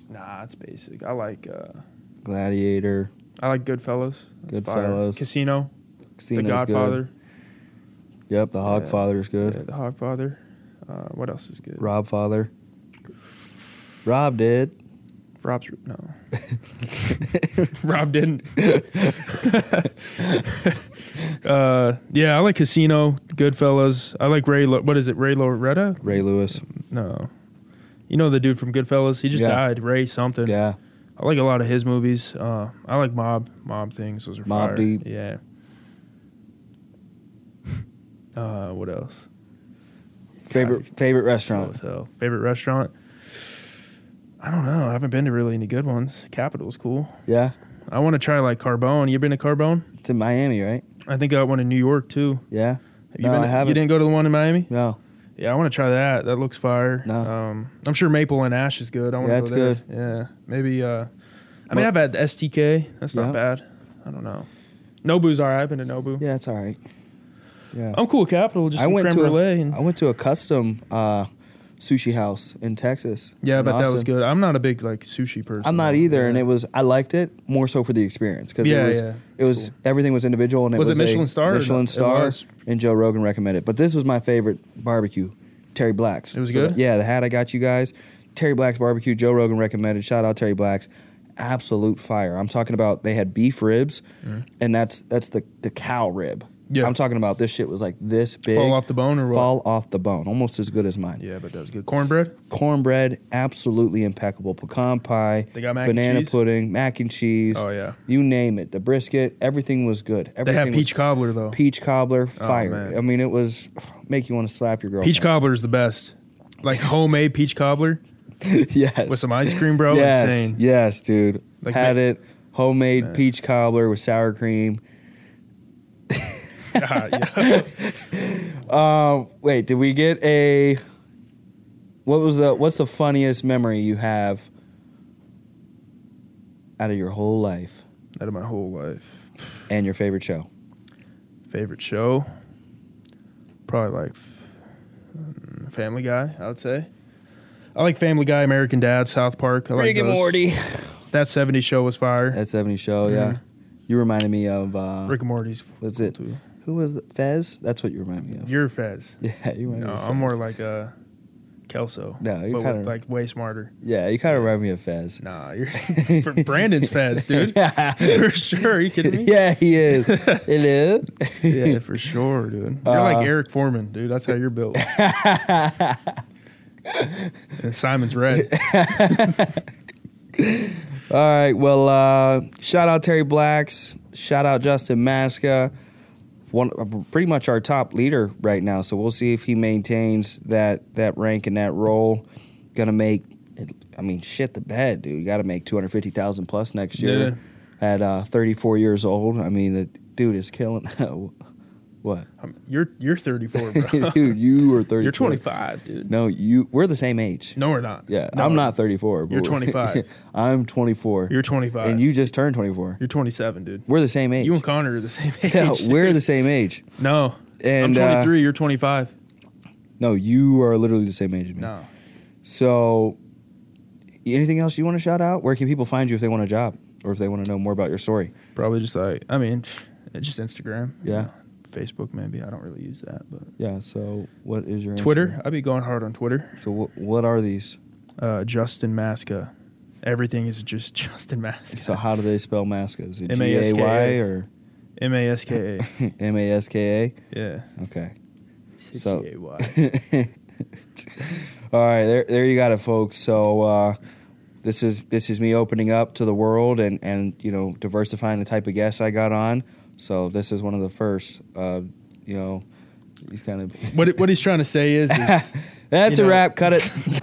S2: Mm, Nah, it's basic. I like uh,
S1: Gladiator,
S2: I like Goodfellas. That's fire.
S1: Goodfellas.
S2: Casino,
S1: Casino's
S2: The
S1: good.
S2: Godfather.
S1: Yep, The Hogfather is good.
S2: Yeah, the Hogfather. Uh, what else is good?
S1: Rob Father. Rob did.
S2: Rob's no. [laughs] Rob didn't. [laughs] uh, yeah, I like Casino, Goodfellas. I like Ray. Lo- what is it? Ray Loretta?
S1: [laughs] Ray Lewis.
S2: No, you know the dude from Goodfellas. He just
S1: Yeah.
S2: died. Ray something.
S1: Yeah.
S2: I like a lot of his movies. Uh, I like mob mob things. Those are
S1: Mobb
S2: fire.
S1: Deep.
S2: Yeah. [laughs] Uh, what else?
S1: Favorite favorite restaurant.
S2: Slow as hell. Favorite restaurant? I don't know. I haven't been to really any good ones. Capital's cool.
S1: Yeah.
S2: I want to try like Carbone. You been to Carbone?
S1: It's in Miami, right?
S2: I think I got one in New York too.
S1: Yeah.
S2: Have you
S1: No,
S2: been
S1: I
S2: to- You
S1: haven't.
S2: didn't go to the one in Miami?
S1: No.
S2: Yeah, I want to try that. That looks fire.
S1: No.
S2: Um, I'm sure Maple and Ash is good. I want
S1: Yeah,
S2: to
S1: it's
S2: go there. good. Yeah, maybe. Uh, I mean, I've had the STK. That's
S1: Yeah.
S2: not bad. I don't know. Nobu's all right. I've been to Nobu.
S1: Yeah, it's all right. Yeah.
S2: I'm cool with Capital. Just
S1: I
S2: some
S1: went
S2: creme
S1: to a,
S2: brulee. and,
S1: I went to a custom uh, sushi house in Texas.
S2: yeah,
S1: in
S2: but that was
S1: Austin.
S2: good. I'm not a big like sushi person.
S1: I'm not either, and
S2: Yeah.
S1: it was I liked it more so for the experience because it
S2: Yeah,
S1: was
S2: yeah.
S1: it was
S2: Cool.
S1: everything was individual and it
S2: Was
S1: was,
S2: it
S1: a
S2: Michelin star or
S1: Michelin
S2: not? It
S1: star,
S2: was.
S1: and Joe Rogan recommended. But this was my favorite barbecue, Terry Black's.
S2: It was
S1: So
S2: good?
S1: yeah, the hat I got you guys, Terry Black's barbecue. Joe Rogan recommended. Shout out Terry Black's, absolute fire. I'm talking about they had beef ribs, and that's that's the the cow rib.
S2: Mm-hmm. Yeah.
S1: I'm talking about this shit was like this big.
S2: Fall off the bone or what?
S1: Fall off the bone, almost as good as mine.
S2: Yeah, but that was good. Cornbread.
S1: Cornbread, absolutely impeccable. Pecan pie,
S2: They got mac and
S1: banana
S2: cheese?
S1: pudding, mac and cheese.
S2: Oh, yeah.
S1: you name it. The brisket, everything was good.
S2: They
S1: Everything
S2: have peach
S1: was,
S2: cobbler though.
S1: peach cobbler, fire.
S2: man.
S1: I mean, it was make you want to slap your girl.
S2: Peach cobbler is the best. Like homemade peach cobbler
S1: [laughs] yes,
S2: with some ice cream, bro.
S1: yes,
S2: Insane.
S1: yes, dude.
S2: Like
S1: Had
S2: ma-
S1: it homemade peach cobbler with sour cream.
S2: Ah, [laughs] yeah.
S1: [laughs] Um, wait, did we get a? What was the? What's the funniest memory you have out of your whole life
S2: Out of my whole life.
S1: and your favorite show?
S2: Favorite show? Probably like mm, Family Guy, I would say. I like Family Guy, American Dad, South Park. I like those. That 70s show was fire.
S1: That 70 show, yeah. You reminded me of uh
S2: Mm-hmm. Rick and Morty's.
S1: That's it.
S2: too.
S1: Who was it? Fez? That's what you remind me of.
S2: You're Fez.
S1: [laughs] yeah, you remind
S2: No,
S1: me of
S2: I'm more
S1: Fez.
S2: like a Kelso.
S1: No, you're
S2: but
S1: kinda-
S2: with, like way smarter.
S1: Yeah, you kind of remind me of Fez. [laughs]
S2: Nah, [laughs] you're Brandon's Fez, dude. For sure. Are you kidding me?
S1: [laughs] yeah, he
S2: [laughs]
S1: is. Hello.
S2: Yeah, for sure, dude. You're
S1: Uh,
S2: like Eric Foreman, dude. That's how
S1: [laughs]
S2: you're built. and
S1: [laughs]
S2: Simon's red.
S1: All right. Well, uh, shout out Terry Blacks. Shout out Justin Masca. One, uh, pretty much our top leader right now. So we'll see if he maintains that that rank and that role. Gonna make, I mean, shit the bed, dude. Got to make two hundred fifty thousand plus next year. At uh, thirty four years old, I mean, the dude is killing. [laughs] what,
S2: Um, You're you're 34,
S1: [laughs]
S2: bro.
S1: dude? You are thirty.
S2: [laughs] You're 25, dude.
S1: No, you. We're the same age.
S2: No, we're not.
S1: Yeah,
S2: No,
S1: I'm
S2: we're
S1: not 34. but
S2: You're
S1: we're-
S2: 25.
S1: [laughs] I'm 24.
S2: You're 25.
S1: and you just turned 24.
S2: You're 27, dude.
S1: We're the same age.
S2: You and Connor are the same
S1: [laughs]
S2: age.
S1: Yeah,
S2: dude.
S1: we're the same age.
S2: no.
S1: And, uh,
S2: I'm 23. you're 25.
S1: No, you are literally the same age as me.
S2: No.
S1: So, anything else you want to shout out? Where can people find you if they want a job or if they want to know more about your story?
S2: Probably just like I mean, it's just Instagram.
S1: Yeah.
S2: Facebook maybe. I don't really use that, but
S1: Yeah. So, what is your
S2: Twitter. I'd be going hard on Twitter.
S1: Instagram? So, what, what are these?
S2: Uh, Justin Masca. Everything is just [laughs] Justin Masca.
S1: So, how do they spell Masca? Is it G A
S2: M-A-S-K-A.
S1: Y or
S2: M A S K A.
S1: [laughs] M A S K
S2: Yeah.
S1: A? Okay. So-
S2: G-A-Y.
S1: [laughs] All right, there there you got it, folks. So uh, this is this is me opening up to the world and and you know diversifying the type of guests I got on. So this is one of the first. Uh, you know, he's kind of. [laughs]
S2: What it- what he's trying to say is, is
S1: That's
S2: you
S1: a
S2: know.
S1: wrap. Cut it.